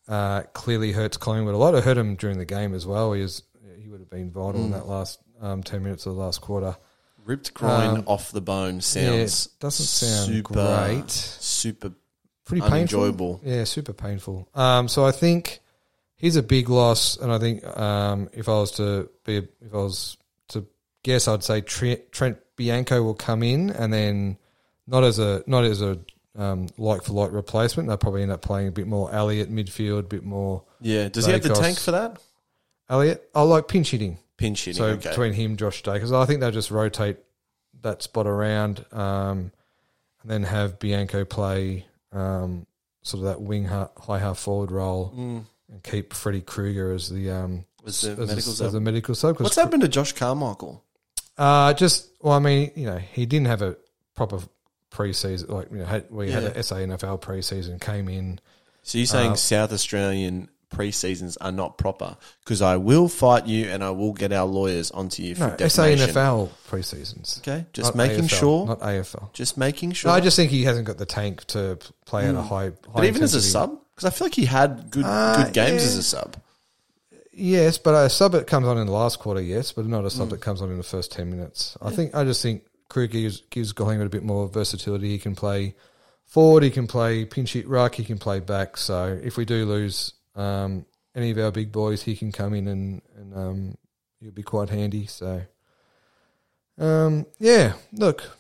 [SPEAKER 2] uh, clearly hurts Collingwood a lot. It hurt him during the game as well. He was he would have been vital
[SPEAKER 1] Mm.
[SPEAKER 2] in that last um, ten minutes of the last quarter.
[SPEAKER 1] Ripped groin
[SPEAKER 2] Um,
[SPEAKER 1] off the bone
[SPEAKER 2] yeah,
[SPEAKER 1] sounds
[SPEAKER 2] it doesn't sound
[SPEAKER 1] super,
[SPEAKER 2] great.
[SPEAKER 1] super
[SPEAKER 2] Pretty painful.
[SPEAKER 1] unenjoyable.
[SPEAKER 2] Yeah, super painful. Um, so I think he's a big loss, and I think um, if I was to be, if I was to guess, I'd say Trent, Trent Bianco will come in, and then not as a not as a um, like for like replacement. They'll probably end up playing a bit more Elliot midfield, a bit more
[SPEAKER 1] Yeah, does he have the
[SPEAKER 2] Dacos.
[SPEAKER 1] tank for that?
[SPEAKER 2] Elliot. I like pinch hitting.
[SPEAKER 1] Pinch hitting,
[SPEAKER 2] So
[SPEAKER 1] okay.
[SPEAKER 2] between him, Josh Day, because I think they'll just rotate that spot around, um, and then have Bianco play um, sort of that wing ha- high half forward role, and keep Freddie Krueger as the um,
[SPEAKER 1] Was Mm. the
[SPEAKER 2] as,
[SPEAKER 1] medical
[SPEAKER 2] a,
[SPEAKER 1] sub-
[SPEAKER 2] as a medical sub. 'cause
[SPEAKER 1] What's happened to Josh Carmichael?
[SPEAKER 2] Uh, just well, I mean, you know, he didn't have a proper preseason. Like you know, had, we had
[SPEAKER 1] Yeah.
[SPEAKER 2] a SANFL preseason, came in.
[SPEAKER 1] So you're
[SPEAKER 2] Uh,
[SPEAKER 1] saying South Australian pre-seasons are not proper? Because I will fight you and I will get our lawyers onto you for
[SPEAKER 2] No,
[SPEAKER 1] defamation.
[SPEAKER 2] SANFL preseasons.
[SPEAKER 1] Okay, just
[SPEAKER 2] Not
[SPEAKER 1] making
[SPEAKER 2] AFL,
[SPEAKER 1] sure.
[SPEAKER 2] not AFL.
[SPEAKER 1] just making sure. Mm.
[SPEAKER 2] No, I just think he hasn't got the tank to play at a high. high
[SPEAKER 1] but even as a
[SPEAKER 2] intensity.
[SPEAKER 1] sub, because I feel like he had good
[SPEAKER 2] Ah,
[SPEAKER 1] good games as a sub.
[SPEAKER 2] Yes, but a sub that comes on in the last quarter, yes, but not a sub that comes on in the first ten minutes. I think I just think Krug gives gives Collingwood a bit more versatility. He can play forward, he can play pinch hit ruck, he can play back. So if we do lose um, any of our big boys, he can come in and and um, he'll be quite handy. So um, yeah, look,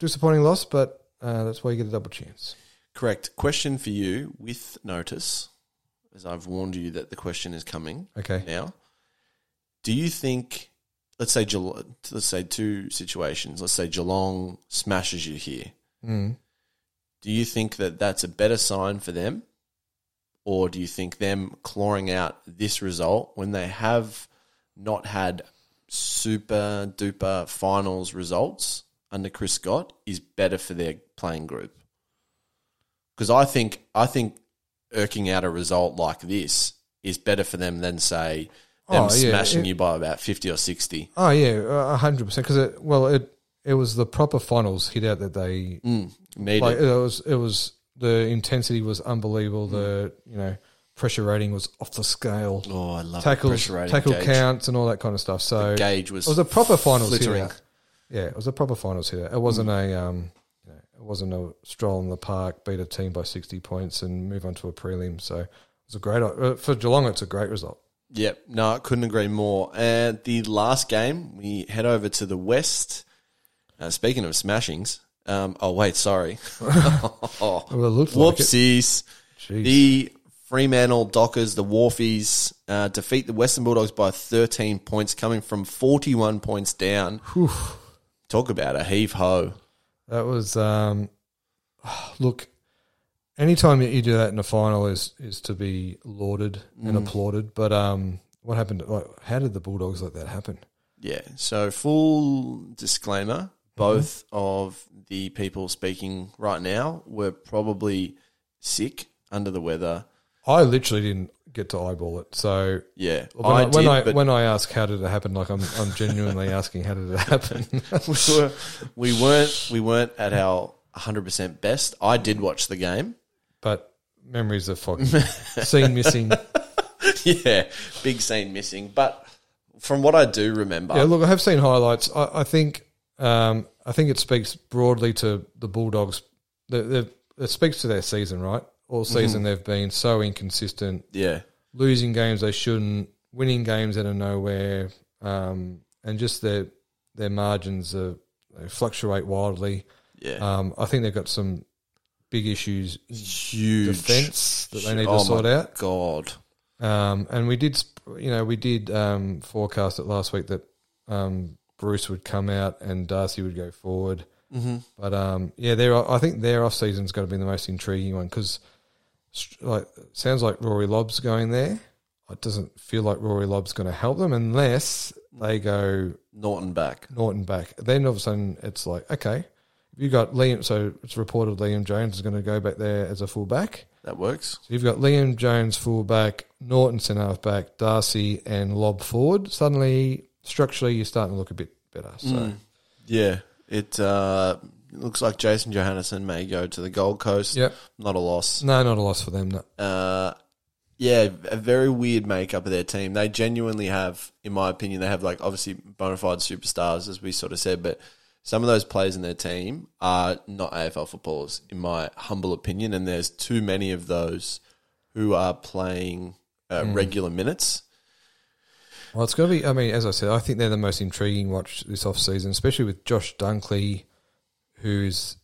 [SPEAKER 2] disappointing loss, but uh, that's why you get a double chance.
[SPEAKER 1] Correct. Question for you with notice, as I've warned you that the question is coming
[SPEAKER 2] Okay,
[SPEAKER 1] now. Do you think? Let's say Geelong, let's say two situations. Let's say Geelong smashes you here.
[SPEAKER 2] mm.
[SPEAKER 1] Do you think that that's a better sign for them? Or do you think them clawing out this result when they have not had super duper finals results under Chris Scott is better for their playing group. Because I think I think irking out a result like this is better for them than say them
[SPEAKER 2] Oh, yeah.
[SPEAKER 1] smashing
[SPEAKER 2] It-
[SPEAKER 1] you by about fifty or sixty.
[SPEAKER 2] Oh yeah, hundred percent. Because it well, it it was the proper finals hit out that they
[SPEAKER 1] Mm, need
[SPEAKER 2] like
[SPEAKER 1] it.
[SPEAKER 2] it was it was the intensity was unbelievable. The you know pressure rating was off the scale.
[SPEAKER 1] Mm. Oh, I love
[SPEAKER 2] Tackles,
[SPEAKER 1] pressure rating
[SPEAKER 2] tackle
[SPEAKER 1] gauge.
[SPEAKER 2] counts, and all that kind of stuff. So
[SPEAKER 1] Gauge was
[SPEAKER 2] it was a proper finals
[SPEAKER 1] flittering. Mm.
[SPEAKER 2] hitter. Yeah, it was a proper finals hitter. It wasn't a um, you know, it wasn't a stroll in the park, beat a team by sixty points, and move on to a prelim. So it was a great uh, for Geelong. It's a great result.
[SPEAKER 1] Yep, no, I couldn't agree more. And the last game, we head over to the West. Uh, speaking of smashings, um, oh wait, sorry,
[SPEAKER 2] Well, it looked like it.
[SPEAKER 1] whoopsies.
[SPEAKER 2] Jeez.
[SPEAKER 1] The Fremantle Dockers, the Wharfies, uh, defeat the Western Bulldogs by 13 points, coming from 41 points down. Talk about a heave ho.
[SPEAKER 2] That was um, look. Anytime that you do that in a final is is to be lauded and
[SPEAKER 1] Mm.
[SPEAKER 2] applauded. But um, what happened? Like, how did the Bulldogs let that happen?
[SPEAKER 1] Yeah. So, full disclaimer
[SPEAKER 2] Mm-hmm.
[SPEAKER 1] both of the people speaking right now were probably sick, under the weather.
[SPEAKER 2] I literally didn't get to eyeball it. So
[SPEAKER 1] Yeah.
[SPEAKER 2] when I,
[SPEAKER 1] I,
[SPEAKER 2] when
[SPEAKER 1] did,
[SPEAKER 2] I
[SPEAKER 1] but
[SPEAKER 2] when I ask how did it happen, like I'm I'm genuinely asking how did it happen?
[SPEAKER 1] we, were, we weren't we weren't at our 100% best. I did watch the game.
[SPEAKER 2] but memories of fucking seen missing.
[SPEAKER 1] yeah. Big scene missing, but from what I do remember,
[SPEAKER 2] Yeah, look, I have seen highlights. I, I think um, I think it speaks broadly to the Bulldogs. The, the, it speaks to their season, right? All season they've been so inconsistent,
[SPEAKER 1] yeah.
[SPEAKER 2] losing games they shouldn't, winning games out of nowhere, um, and just their their margins are, they fluctuate wildly.
[SPEAKER 1] Yeah.
[SPEAKER 2] Um, I think they've got some big issues
[SPEAKER 1] huge
[SPEAKER 2] defense that they need to
[SPEAKER 1] Oh,
[SPEAKER 2] sort
[SPEAKER 1] my
[SPEAKER 2] out.
[SPEAKER 1] God,
[SPEAKER 2] Um, and we did, sp- you know, we did um, forecast it last week that um, Bruce would come out and Darcy would go forward.
[SPEAKER 1] mm-hmm.
[SPEAKER 2] But um, yeah, their I think their off season's got to be the most intriguing one because like sounds like Rory Lobb's going there. It doesn't feel like Rory Lobb's going to help them unless they go
[SPEAKER 1] Norton back.
[SPEAKER 2] Norton back. Then all of a sudden it's like okay, you got Liam. So it's reported Liam Jones is going to go back there as a fullback.
[SPEAKER 1] That works.
[SPEAKER 2] So you've got Liam Jones fullback, Norton centre half back, Darcy and Lob forward. Suddenly, structurally, you're starting to look a bit better. So
[SPEAKER 1] Yeah, it uh, looks like Jason Johannesson may go to the Gold Coast.
[SPEAKER 2] Yep.
[SPEAKER 1] not a loss.
[SPEAKER 2] no, not a loss for them. No.
[SPEAKER 1] Uh, yeah, a very weird makeup of their team. They genuinely have, in my opinion, they have like obviously bona fide superstars, as we sort of said, but some of those players in their team are not AFL footballers, in my humble opinion. And there's too many of those who are playing uh, regular minutes.
[SPEAKER 2] Well, it's going to be. I mean, as I said, I think they're the most intriguing watch this off season, especially with Josh Dunkley, who's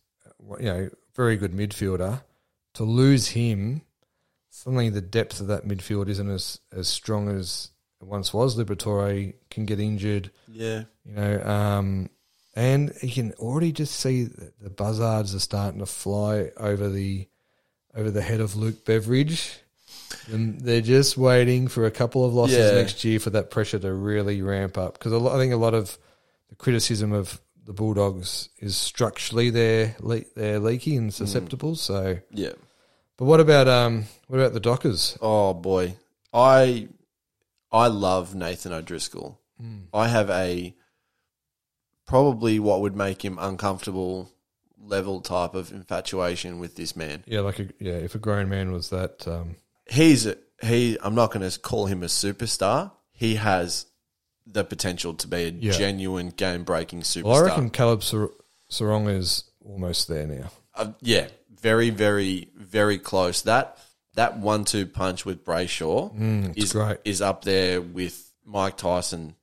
[SPEAKER 2] you know very good midfielder. To lose him, suddenly the depth of that midfield isn't as as strong as it once was. Liberatore can get injured.
[SPEAKER 1] Yeah.
[SPEAKER 2] you know. Um, and you can already just see that the buzzards are starting to fly over the over the head of Luke Beveridge. And they're just waiting for a couple of losses
[SPEAKER 1] Yeah.
[SPEAKER 2] next year for that pressure to really ramp up. Because I think a lot of the criticism of the Bulldogs is structurally they're le- they're leaky and susceptible. So,
[SPEAKER 1] Yeah.
[SPEAKER 2] but what about um what about the Dockers?
[SPEAKER 1] Oh boy, I I love Nathan O'Driscoll.
[SPEAKER 2] Hmm.
[SPEAKER 1] I have a probably what would make him uncomfortable level type of infatuation with this man.
[SPEAKER 2] Yeah, like a, yeah, if a grown man was that, um,
[SPEAKER 1] He's a, he. I'm not going to call him a superstar. He has the potential to be a
[SPEAKER 2] Yeah.
[SPEAKER 1] genuine game breaking superstar.
[SPEAKER 2] well, I reckon Caleb Sar- Sarong is almost there now.
[SPEAKER 1] uh, yeah, very, very, very close. That that one-two punch with Brayshaw is
[SPEAKER 2] Mm, great.
[SPEAKER 1] is up there with Mike Tyson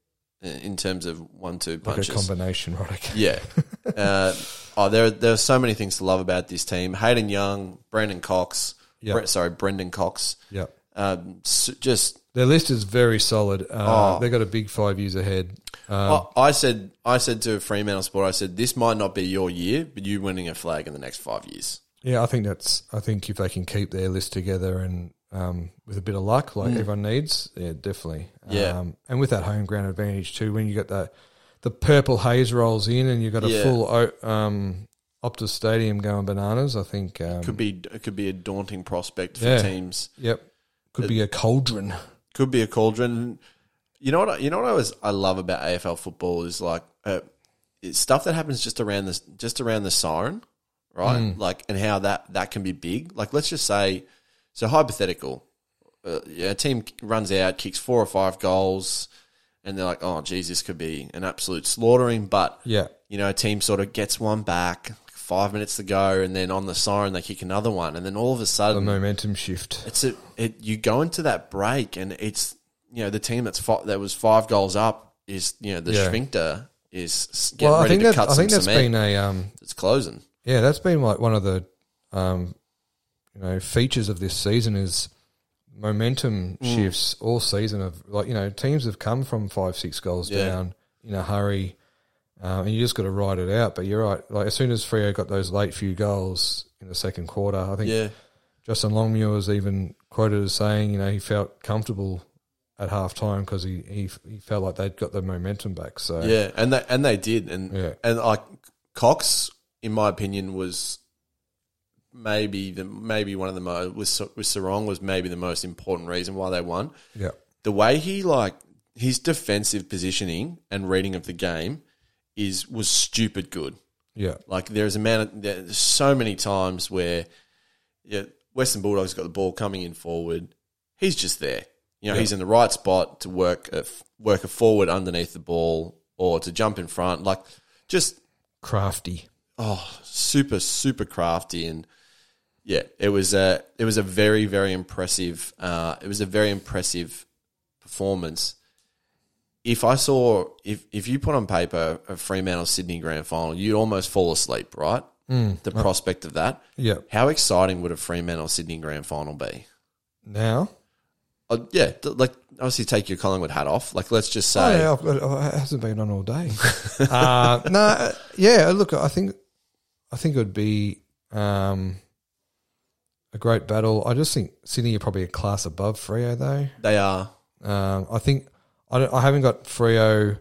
[SPEAKER 1] uh, in terms of one-two
[SPEAKER 2] like
[SPEAKER 1] punches.
[SPEAKER 2] a combination, right? Okay.
[SPEAKER 1] yeah. uh, oh, there there are so many things to love about this team. Hayden Young, Brandon Cox,
[SPEAKER 2] Yeah.
[SPEAKER 1] Bre- sorry, Brendan Cox.
[SPEAKER 2] Yeah.
[SPEAKER 1] Um, s just
[SPEAKER 2] Their list is very solid. Uh,
[SPEAKER 1] Oh.
[SPEAKER 2] They've got a big five years ahead. Um,
[SPEAKER 1] I, I said I said to Fremantle Sport, I said this might not be your year, but you winning a flag in the next five years.
[SPEAKER 2] Yeah, I think that's. I think if they can keep their list together and um, with a bit of luck, like
[SPEAKER 1] Mm.
[SPEAKER 2] everyone needs. Yeah, definitely.
[SPEAKER 1] Yeah.
[SPEAKER 2] Um, and with that home ground advantage too, when you got the the purple haze rolls in and you've got a
[SPEAKER 1] Yeah.
[SPEAKER 2] full o- um, Optus Stadium going bananas, I think. Um,
[SPEAKER 1] Could be it could be a daunting prospect for
[SPEAKER 2] Yeah.
[SPEAKER 1] teams.
[SPEAKER 2] Yep.
[SPEAKER 1] Uh,
[SPEAKER 2] Could be a cauldron.
[SPEAKER 1] Could be a cauldron. You know what? I- You know what I was I love about AFL football is like uh, it's stuff that happens just around the just around the siren, right? Like and how that that can be big. Like let's just say, so hypothetical, uh, yeah, a team runs out, kicks four or five goals, and they're like, oh, geez, this could be an absolute slaughtering, but
[SPEAKER 2] Yeah.
[SPEAKER 1] you know, a team sort of gets one back, five minutes to go, and then on the siren they kick another one, and then all of a
[SPEAKER 2] The
[SPEAKER 1] sudden
[SPEAKER 2] momentum shift.
[SPEAKER 1] it's a it, you go into that break, and it's you know the team that's fi- that was five goals up is you know the
[SPEAKER 2] Yeah. sphincter
[SPEAKER 1] sphincter is getting
[SPEAKER 2] Well, I
[SPEAKER 1] ready
[SPEAKER 2] think
[SPEAKER 1] to
[SPEAKER 2] that
[SPEAKER 1] cut
[SPEAKER 2] I
[SPEAKER 1] some
[SPEAKER 2] think that's
[SPEAKER 1] cement.
[SPEAKER 2] been a um,
[SPEAKER 1] it's closing.
[SPEAKER 2] yeah, that's been like one of the um, you know features of this season is momentum
[SPEAKER 1] Mm.
[SPEAKER 2] shifts all season of like you know teams have come from five six goals
[SPEAKER 1] Yeah.
[SPEAKER 2] down in a hurry, um, and you just got to ride it out. But you're right, like as soon as Freo got those late few goals in the second quarter, I think
[SPEAKER 1] Yeah,
[SPEAKER 2] Justin Longmuir was even quoted as saying, you know, he felt comfortable at half time because he, he he felt like they'd got the momentum back. So
[SPEAKER 1] yeah, and they and they did, and
[SPEAKER 2] Yeah.
[SPEAKER 1] and like Cox, in my opinion, was maybe the maybe one of the most with with Sarong was maybe the most important reason why they won.
[SPEAKER 2] yeah.
[SPEAKER 1] the way he like his defensive positioning and reading of the game is was stupid good.
[SPEAKER 2] yeah.
[SPEAKER 1] Like there is a man, there's so many times where yeah, Western Bulldogs got the ball coming in forward, he's just there. You know, he's in the right spot to work a, work a forward underneath the ball or to jump in front. Like just
[SPEAKER 2] crafty.
[SPEAKER 1] oh, super super crafty and yeah, it was a it was a very very impressive uh, it was a very impressive performance. If I saw if if you put on paper a Fremantle Sydney Grand Final, you'd almost fall asleep, right?
[SPEAKER 2] Hmm,
[SPEAKER 1] the prospect of that.
[SPEAKER 2] Yeah.
[SPEAKER 1] How exciting would a Fremantle Sydney Grand Final be?
[SPEAKER 2] Now,
[SPEAKER 1] Uh, yeah, th- like obviously take your Collingwood hat off. Like let's just say,
[SPEAKER 2] oh, yeah, I've got- it hasn't been on all day. uh, no, yeah. Look, I think I think it would be um, a great battle. I just think Sydney are probably a class above Freo, though.
[SPEAKER 1] they are
[SPEAKER 2] Um, I think I, don't, I haven't got Freo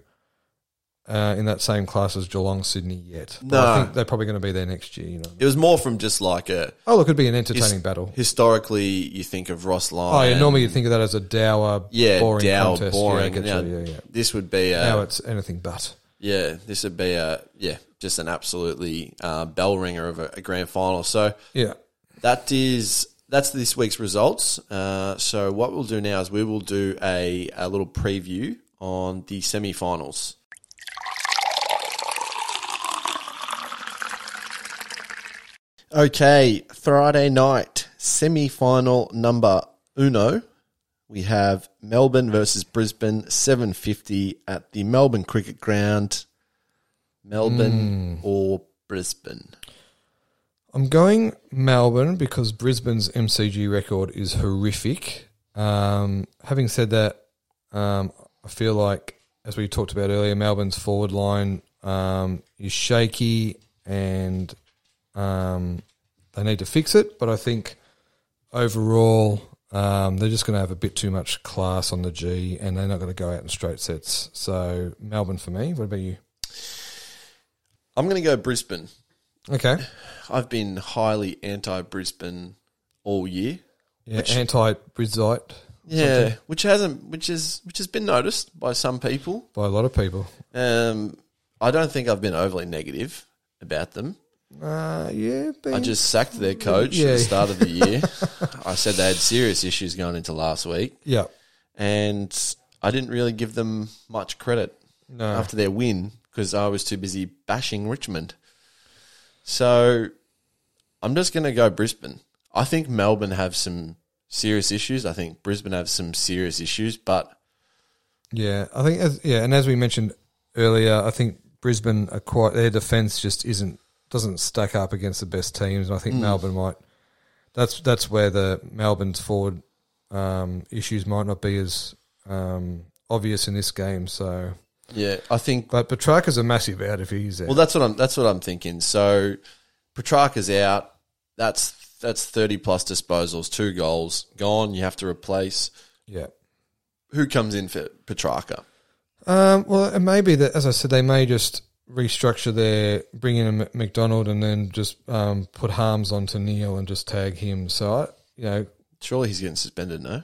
[SPEAKER 2] uh, in that same class as Geelong Sydney yet. But I
[SPEAKER 1] No.
[SPEAKER 2] think they're probably going to be there next year. You know.
[SPEAKER 1] it was more from just like a
[SPEAKER 2] Oh, look, it'd be an entertaining
[SPEAKER 1] His-
[SPEAKER 2] battle.
[SPEAKER 1] historically you think of Ross
[SPEAKER 2] Oh,
[SPEAKER 1] Lyon.
[SPEAKER 2] yeah. Normally you think of that as a dour,
[SPEAKER 1] yeah,
[SPEAKER 2] boring
[SPEAKER 1] dour,
[SPEAKER 2] contest.
[SPEAKER 1] boring.
[SPEAKER 2] Yeah, I get you,
[SPEAKER 1] Now,
[SPEAKER 2] yeah, yeah.
[SPEAKER 1] This would be a
[SPEAKER 2] Now it's anything but.
[SPEAKER 1] yeah. This would be a yeah, just an absolutely uh, bell ringer of a, a grand final. So
[SPEAKER 2] Yeah.
[SPEAKER 1] that is that's this week's results. Uh, so what we'll do now is we will do a, a little preview on the semi-finals. Okay, Friday night semi-final number uno. We have Melbourne versus Brisbane, seven fifty at the Melbourne Cricket Ground. Melbourne or Brisbane?
[SPEAKER 2] I'm going Melbourne because Brisbane's MCG record is horrific. Um, having said that, um, I feel like, as we talked about earlier, Melbourne's forward line um, is shaky and um, they need to fix it. But I think overall, um, they're just going to have a bit too much class on the G and they're not going to go out in straight sets. So, Melbourne for me. What about you?
[SPEAKER 1] I'm going to go Brisbane.
[SPEAKER 2] Okay.
[SPEAKER 1] I've been highly anti Brisbane all year.
[SPEAKER 2] Yeah, anti Brisite
[SPEAKER 1] Yeah, which hasn't, which is, which has been noticed by some people.
[SPEAKER 2] by a lot of people.
[SPEAKER 1] Um, I don't think I've been overly negative about them.
[SPEAKER 2] Uh, yeah,
[SPEAKER 1] I
[SPEAKER 2] been-
[SPEAKER 1] just sacked their coach at
[SPEAKER 2] Yeah.
[SPEAKER 1] the start of the year. I said they had serious issues going into last week,
[SPEAKER 2] yeah,
[SPEAKER 1] and I didn't really give them much credit
[SPEAKER 2] no,
[SPEAKER 1] after their win because I was too busy bashing Richmond. So I'm just going to go Brisbane. I think Melbourne have some serious issues. I think Brisbane have some serious issues, but
[SPEAKER 2] yeah. I think as, yeah, and as we mentioned earlier, I think Brisbane are quite their defense just isn't doesn't stack up against the best teams, and I
[SPEAKER 1] Mm.
[SPEAKER 2] think Melbourne might. That's that's where the Melbourne's forward um, issues might not be as um, obvious in this game. So,
[SPEAKER 1] yeah, I think
[SPEAKER 2] but Petrarca's a massive out if he's there.
[SPEAKER 1] well that's what I'm that's what I'm thinking. So Petrarca's out. That's That's 30 plus disposals, two goals gone. You have to replace.
[SPEAKER 2] Yeah.
[SPEAKER 1] Who comes in for Petrarca?
[SPEAKER 2] Um, well, it may be that, as I said, they may just restructure their bring in a M- McDonald and then just um, put harms onto Neil and just tag him. So, I, you know,
[SPEAKER 1] Surely he's getting suspended, no?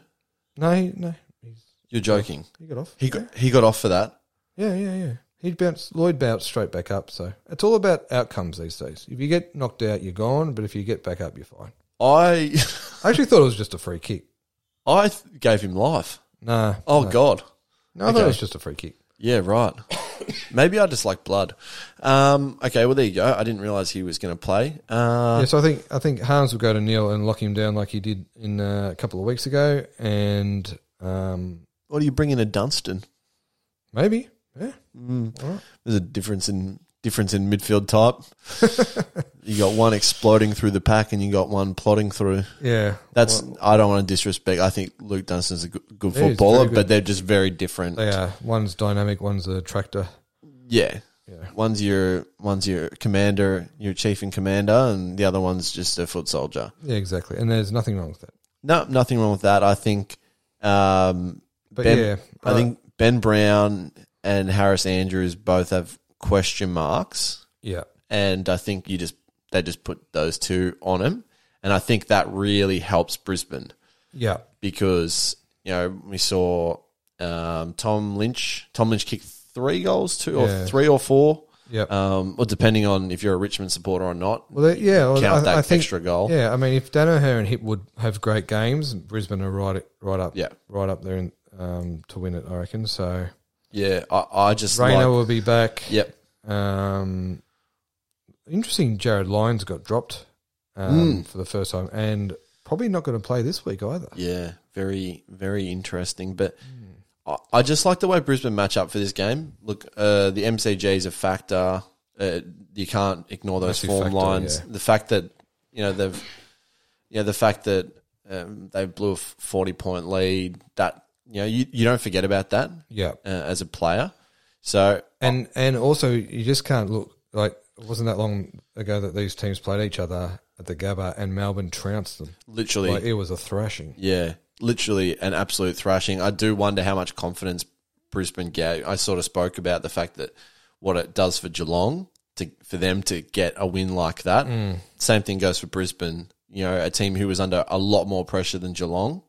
[SPEAKER 2] no, no, he's,
[SPEAKER 1] You're joking.
[SPEAKER 2] he got off.
[SPEAKER 1] He got, he got off for that.
[SPEAKER 2] Yeah, yeah, yeah. He'd bounce Lloyd bounced straight back up. So it's all about outcomes these days. If you get knocked out, you're gone. But if you get back up, you're fine.
[SPEAKER 1] I
[SPEAKER 2] I actually thought it was just a free kick.
[SPEAKER 1] I th- gave him life.
[SPEAKER 2] Nah.
[SPEAKER 1] Oh God.
[SPEAKER 2] no, I thought
[SPEAKER 1] okay.
[SPEAKER 2] it was just a free kick.
[SPEAKER 1] Yeah, right. Maybe I just like blood. Um, okay, well there you go. I didn't realize he was going to play. Uh,
[SPEAKER 2] yeah, so I think I think Harms will go to Neil and lock him down like he did in uh, a couple of weeks ago, and um,
[SPEAKER 1] What do you bring in a Dunstan?
[SPEAKER 2] maybe yeah,
[SPEAKER 1] There's a difference in difference in midfield type. you got one exploding through the pack, and you got one plodding through.
[SPEAKER 2] yeah.
[SPEAKER 1] That's I don't want to disrespect. I think Luke Dunstan's a good, good
[SPEAKER 2] Yeah, he's
[SPEAKER 1] footballer,
[SPEAKER 2] very good.
[SPEAKER 1] but they're just very different.
[SPEAKER 2] They are. One's dynamic, one's a tractor.
[SPEAKER 1] Yeah.
[SPEAKER 2] Yeah.
[SPEAKER 1] One's your one's your commander, your chief and commander, and the other one's just a foot soldier.
[SPEAKER 2] Yeah, exactly. And there's nothing wrong with that.
[SPEAKER 1] No, nothing wrong with that. I think um,
[SPEAKER 2] But
[SPEAKER 1] Ben-
[SPEAKER 2] yeah,
[SPEAKER 1] I think Ben Brown and Harris Andrews both have question marks,
[SPEAKER 2] yeah,
[SPEAKER 1] and I think you just they just put those two on him, and I think that really helps Brisbane
[SPEAKER 2] yeah,
[SPEAKER 1] because you know we saw um, Tom Lynch. Tom Lynch kicked three goals, two
[SPEAKER 2] Yeah.
[SPEAKER 1] or three or four,
[SPEAKER 2] yeah.
[SPEAKER 1] um, well, depending on if you're a Richmond supporter or not.
[SPEAKER 2] well, they, yeah. well,
[SPEAKER 1] Count
[SPEAKER 2] I,
[SPEAKER 1] that
[SPEAKER 2] I think,
[SPEAKER 1] extra goal.
[SPEAKER 2] Yeah, I mean, if Dan O'Hare and Hip would have great games, Brisbane are right, right up,
[SPEAKER 1] Yeah.
[SPEAKER 2] right up there in, um, to win it. I reckon. So
[SPEAKER 1] Yeah, I, I just
[SPEAKER 2] Rayner
[SPEAKER 1] like,
[SPEAKER 2] will be back.
[SPEAKER 1] yep.
[SPEAKER 2] Um, interesting. Jared Lyons got dropped
[SPEAKER 1] Hmm.
[SPEAKER 2] um, for the first time, and probably not going to play this week either.
[SPEAKER 1] Yeah, very, very interesting. But I, I just like the way Brisbane match up for this game. Look, uh, the MCG is a factor. Uh, you can't ignore those
[SPEAKER 2] Massive
[SPEAKER 1] form
[SPEAKER 2] factor,
[SPEAKER 1] lines.
[SPEAKER 2] yeah.
[SPEAKER 1] The fact that you know they've, yeah, the fact that um, they blew a forty point lead. That you know you, you don't forget about that
[SPEAKER 2] Yeah,
[SPEAKER 1] uh, as a player. So
[SPEAKER 2] and and also you just can't look like it wasn't that long ago that these teams played each other at the Gabba, and Melbourne trounced them.
[SPEAKER 1] literally,
[SPEAKER 2] Like it was a thrashing.
[SPEAKER 1] Yeah, literally an absolute thrashing. I do wonder how much confidence Brisbane gave. I sort of spoke about the fact that what it does for Geelong to for them to get a win like that. Same thing goes for Brisbane. You know, a team who was under a lot more pressure than Geelong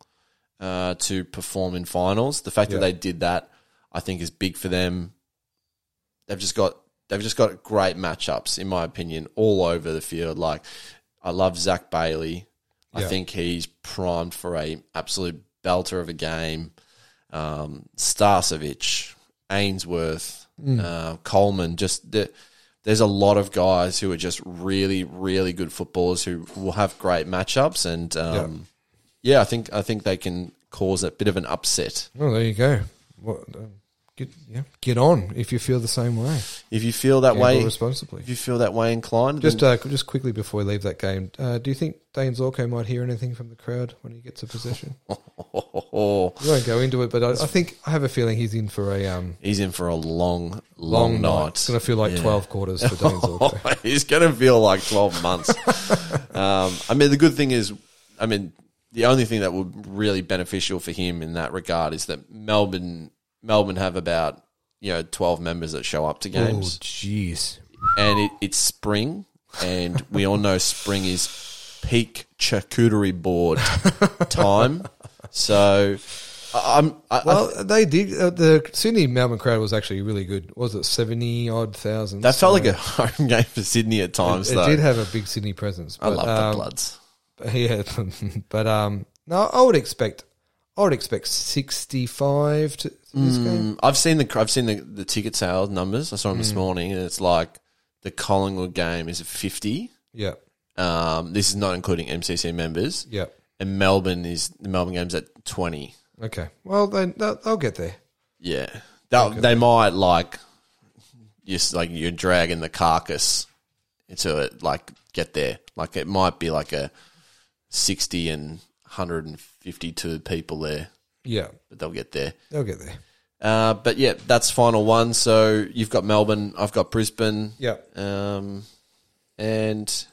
[SPEAKER 1] uh, to perform in finals. The fact that
[SPEAKER 2] Yeah.
[SPEAKER 1] they did that, I think, is big for them. They've just got they've just got great matchups, in my opinion, all over the field. Like, I love Zach Bailey. I
[SPEAKER 2] Yeah.
[SPEAKER 1] think he's primed for a absolute belter of a game. Um, Starcevic, Ainsworth,
[SPEAKER 2] Hmm.
[SPEAKER 1] uh, Coleman, just the, there's a lot of guys who are just really, really good footballers who will have great matchups, and um, yeah, I think I think they can cause a bit of an upset.
[SPEAKER 2] Well, there you go. What, um, get yeah, get on if you feel the same way.
[SPEAKER 1] If you feel that
[SPEAKER 2] Gamble
[SPEAKER 1] way,
[SPEAKER 2] responsibly.
[SPEAKER 1] if you feel that way inclined,
[SPEAKER 2] Just
[SPEAKER 1] then-
[SPEAKER 2] uh, just quickly before we leave that game, uh, do you think Dane Zorko might hear anything from the crowd when he gets a possession? we won't go into it, but I, I think I have a feeling he's in for a um,
[SPEAKER 1] he's in for a long, long,
[SPEAKER 2] long night. It's going to feel like
[SPEAKER 1] Yeah.
[SPEAKER 2] twelve quarters for Dane Zorko.
[SPEAKER 1] He's going to feel like 12 months. um, I mean, the good thing is, I mean, the only thing that would really beneficial for him in that regard is that Melbourne Melbourne have about you know 12 members that show up to games,
[SPEAKER 2] Oh, jeez.
[SPEAKER 1] and it, it's spring, and we all know spring is peak charcuterie board time. So I- I'm I, I,
[SPEAKER 2] Well, they did. Uh, the Sydney Melbourne crowd was actually really good. Was it seventy odd thousand?
[SPEAKER 1] that
[SPEAKER 2] So
[SPEAKER 1] felt like a home game for Sydney at times.
[SPEAKER 2] It
[SPEAKER 1] though
[SPEAKER 2] did have a big Sydney presence.
[SPEAKER 1] I
[SPEAKER 2] but,
[SPEAKER 1] love
[SPEAKER 2] um,
[SPEAKER 1] the Bloods.
[SPEAKER 2] But Yeah, but um, no, I would expect, I would expect sixty-five to to this game.
[SPEAKER 1] Mm, I've seen the I've seen the, the ticket sales numbers. I saw them this morning, and it's like the Collingwood game is fifty.
[SPEAKER 2] Yeah,
[SPEAKER 1] Um, this is not including MCC members,
[SPEAKER 2] yeah.
[SPEAKER 1] and Melbourne is the Melbourne game's at twenty.
[SPEAKER 2] Okay. Well, then they'll, they'll get there.
[SPEAKER 1] Yeah, They'll- they might like just like you're dragging the carcass into it, like get there. Like it might be like a sixty and hundred and fifty two people there,
[SPEAKER 2] Yeah,
[SPEAKER 1] but they'll get there.
[SPEAKER 2] they'll get there.
[SPEAKER 1] Uh, but yeah, that's final one. So you've got Melbourne, I've got Brisbane.
[SPEAKER 2] Yeah.
[SPEAKER 1] Um, and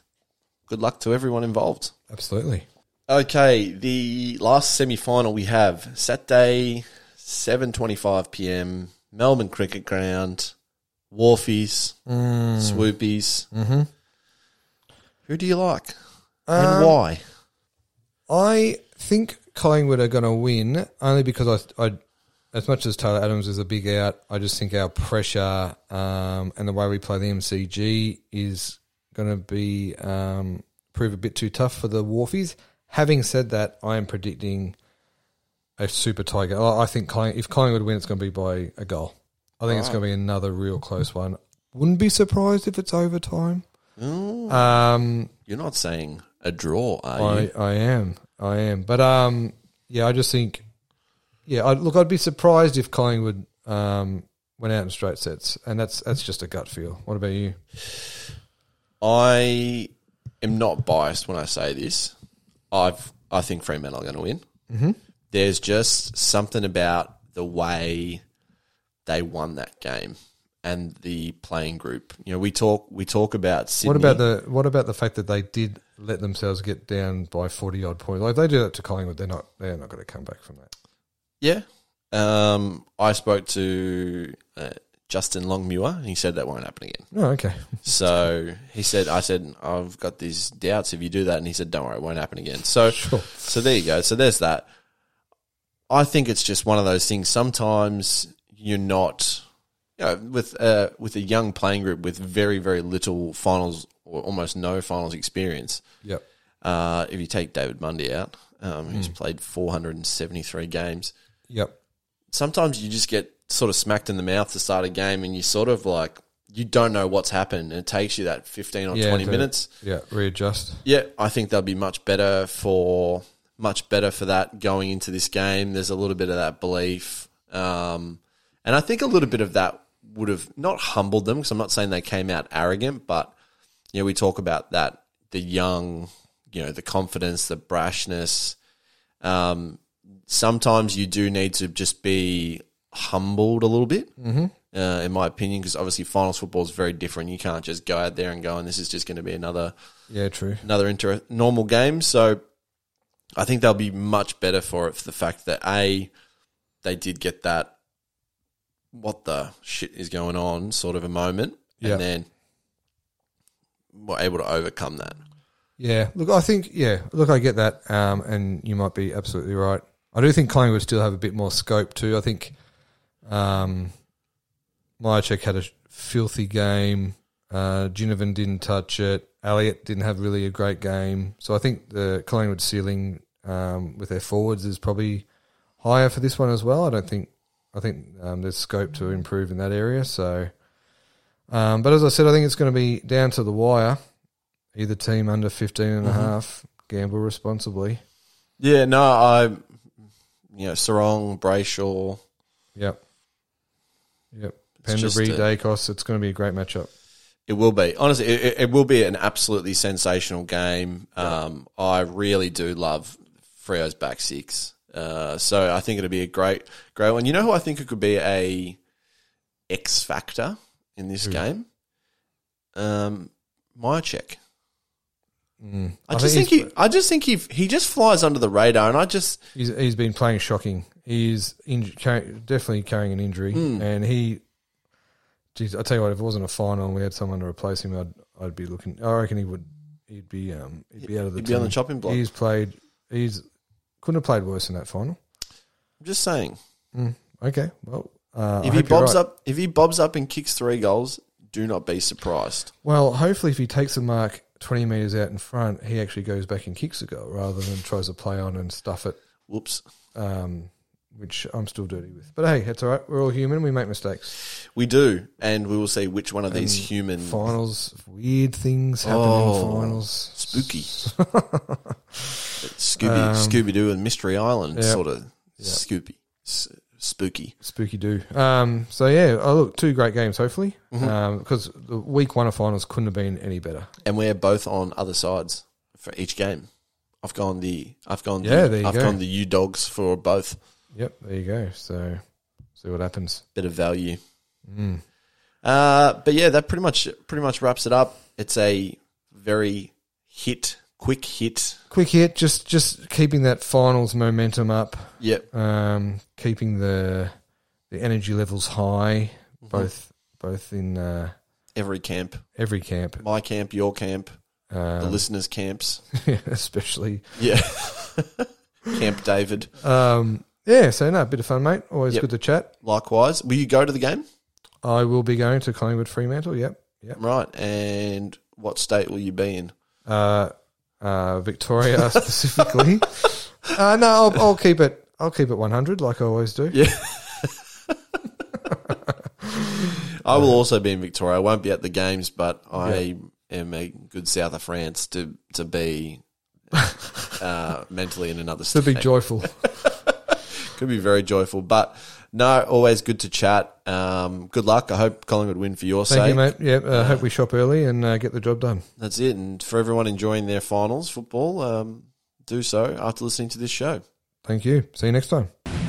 [SPEAKER 1] good luck to everyone involved.
[SPEAKER 2] Absolutely.
[SPEAKER 1] Okay, the last semi-final we have Saturday, seven twenty-five p.m. Melbourne Cricket Ground, Wharfies, Swoopies.
[SPEAKER 2] Mhm.
[SPEAKER 1] Who do you like and why?
[SPEAKER 2] I think Collingwood are going to win only because I, I, as much as Taylor Adams is a big out, I just think our pressure um, and the way we play the MCG is going to be um, prove a bit too tough for the Wharfies. Having said that, I am predicting a super tiger. I I think Colling- if Collingwood win, it's going to be by a goal. I think it's going to be another real close one. Wouldn't be surprised if it's overtime. Um,
[SPEAKER 1] You're not saying a draw, are you?
[SPEAKER 2] I, I am. I am. But um, yeah, I just think, yeah, I, look, I'd be surprised if Collingwood um, went out in straight sets, and that's that's just a gut feel. What about you?
[SPEAKER 1] I am not biased when I say this. I've I think Fremantle are going to win. Mm-hmm. There's just something about the way they won that game and the playing group. You know, we talk we talk about Sydney.
[SPEAKER 2] What about the what about the fact that they did let themselves get down by forty odd points? Like if they do that to Collingwood, they're not they're not going to come back from that.
[SPEAKER 1] Yeah. Um, I spoke to uh, Justin Longmuir, and he said that won't happen again.
[SPEAKER 2] Oh, okay.
[SPEAKER 1] So he said, I said, I've got these doubts if you do that. And he said, don't worry, it won't happen again. So, so there you go. So there's that. I think it's just one of those things. Sometimes you're not, you know, with a, with a young playing group with very, very little finals or almost no finals experience.
[SPEAKER 2] Yep.
[SPEAKER 1] Uh, if you take David Mundy out, um, who's played 473 games,
[SPEAKER 2] Yep.
[SPEAKER 1] sometimes you just get sort of smacked in the mouth to start a game and you sort of like you don't know what's happened and it takes you that 15 or
[SPEAKER 2] Yeah,
[SPEAKER 1] 20
[SPEAKER 2] the-
[SPEAKER 1] minutes
[SPEAKER 2] Yeah. Readjust.
[SPEAKER 1] yeah i think they'll be much better for much better for that going into this game there's a little bit of that belief um, and i think a little bit of that would have not humbled them because i'm not saying they came out arrogant but you know we talk about that the young you know the confidence the brashness um, sometimes you do need to just be humbled a little bit, mm-hmm. uh, in my opinion, because obviously finals football is very different. You can't just go out there and go, and this is just going to be another
[SPEAKER 2] Yeah. True.
[SPEAKER 1] another inter- normal game. So I think they'll be much better for it for the fact that a they did get that what the shit is going on sort of a moment,
[SPEAKER 2] Yeah.
[SPEAKER 1] and then were able to overcome that.
[SPEAKER 2] Yeah, look, I think yeah, look, I get that, um, and you might be absolutely right. I do think Collingwood still have a bit more scope too. I think um, Myercheck had a filthy game. Uh, Ginnivan didn't touch it. Elliott didn't have really a great game. So I think the Collingwood ceiling um, with their forwards is probably higher for this one as well. I don't think I think um, there's scope to improve in that area. So, um, but as I said, I think it's going to be down to the wire either team under 15 and
[SPEAKER 1] Mm-hmm.
[SPEAKER 2] a half gamble responsibly
[SPEAKER 1] Yeah, no, I you know Sarong, Brayshaw.
[SPEAKER 2] yep yep
[SPEAKER 1] It's just
[SPEAKER 2] Penderbury
[SPEAKER 1] a-
[SPEAKER 2] Dacos it's going to be a great matchup
[SPEAKER 1] It will be honestly. It, it- it will be an absolutely sensational game. Um, I really do love Freo's back six. Uh, so I think it'll be a great, great one. You know who I think it could be a X factor in this game? Um, Myercheck. I,
[SPEAKER 2] Mm. I
[SPEAKER 1] just
[SPEAKER 2] think
[SPEAKER 1] think, he. I just think he. He just flies under the radar, and I just
[SPEAKER 2] he's, he's been playing shocking he's inj- carry, definitely carrying an injury
[SPEAKER 1] Hmm.
[SPEAKER 2] and he geez, I tell you what if it wasn't a final and we had someone to replace him I'd, I'd be looking I reckon he would he'd be um he'd be out of the
[SPEAKER 1] he'd be on the
[SPEAKER 2] team.
[SPEAKER 1] chopping block.
[SPEAKER 2] he's played he's couldn't have played worse in that final
[SPEAKER 1] I'm just saying.
[SPEAKER 2] okay well uh, I
[SPEAKER 1] If he
[SPEAKER 2] hope you're
[SPEAKER 1] bobs
[SPEAKER 2] right.
[SPEAKER 1] up, if he bobs up and kicks three goals, do not be surprised.
[SPEAKER 2] Well, hopefully, if he takes the mark 20 metres out in front, he actually goes back and kicks a goal rather than tries to play on and stuff it,
[SPEAKER 1] Whoops.
[SPEAKER 2] um, which I'm still dirty with. But hey, that's all right. We're all human. We make mistakes.
[SPEAKER 1] We do, and we will see which one of these human
[SPEAKER 2] Finals, weird things happen
[SPEAKER 1] Oh.
[SPEAKER 2] in finals.
[SPEAKER 1] spooky Scooby
[SPEAKER 2] Um,
[SPEAKER 1] Scooby Doo and Mystery Island
[SPEAKER 2] yeah.
[SPEAKER 1] sort of Scooby s- spooky.
[SPEAKER 2] Spooky do. Um, so, yeah, oh, look, two great games, hopefully, because the week one of finals couldn't have been any better.
[SPEAKER 1] And we're both on other sides for each game. I've gone the I've gone
[SPEAKER 2] Yeah, there
[SPEAKER 1] the,
[SPEAKER 2] you
[SPEAKER 1] I've
[SPEAKER 2] go.
[SPEAKER 1] gone the U Dogs for both.
[SPEAKER 2] Yep, there you go. So, see what happens.
[SPEAKER 1] Bit of value.
[SPEAKER 2] Mm.
[SPEAKER 1] Uh, but yeah, that pretty much pretty much wraps it up. It's a very hit Quick hit.
[SPEAKER 2] Quick hit, just just keeping that finals momentum up,
[SPEAKER 1] Yep.
[SPEAKER 2] um, keeping the the energy levels high,
[SPEAKER 1] Mm-hmm.
[SPEAKER 2] both both in uh,
[SPEAKER 1] Every camp.
[SPEAKER 2] every camp,
[SPEAKER 1] My camp, your camp, the
[SPEAKER 2] um,
[SPEAKER 1] listeners' camps.
[SPEAKER 2] especially.
[SPEAKER 1] Yeah. camp David.
[SPEAKER 2] Um, yeah, so no, bit of fun, mate. Always
[SPEAKER 1] Yep.
[SPEAKER 2] good to chat.
[SPEAKER 1] Likewise. Will you go to the game?
[SPEAKER 2] I will be going to Collingwood Fremantle. Yep, yep.
[SPEAKER 1] Right. And what state will you be in?
[SPEAKER 2] Uh, uh, Victoria specifically. Uh, no, I'll, I'll keep it. I'll keep it one hundred like I always do.
[SPEAKER 1] Yeah. I
[SPEAKER 2] Uh,
[SPEAKER 1] will also be in Victoria. I won't be at the games, but I am a good south of France to to be uh, mentally in another
[SPEAKER 2] To
[SPEAKER 1] state.
[SPEAKER 2] be joyful.
[SPEAKER 1] Could be very joyful, but no, always good to chat. Um, good luck. I hope Collingwood win for your
[SPEAKER 2] Thank
[SPEAKER 1] sake.
[SPEAKER 2] you, mate. Yeah, uh, hope we shop early and uh, get the job done.
[SPEAKER 1] That's it. And for everyone enjoying their finals football, um, do so after listening to this show.
[SPEAKER 2] Thank you. See you next time.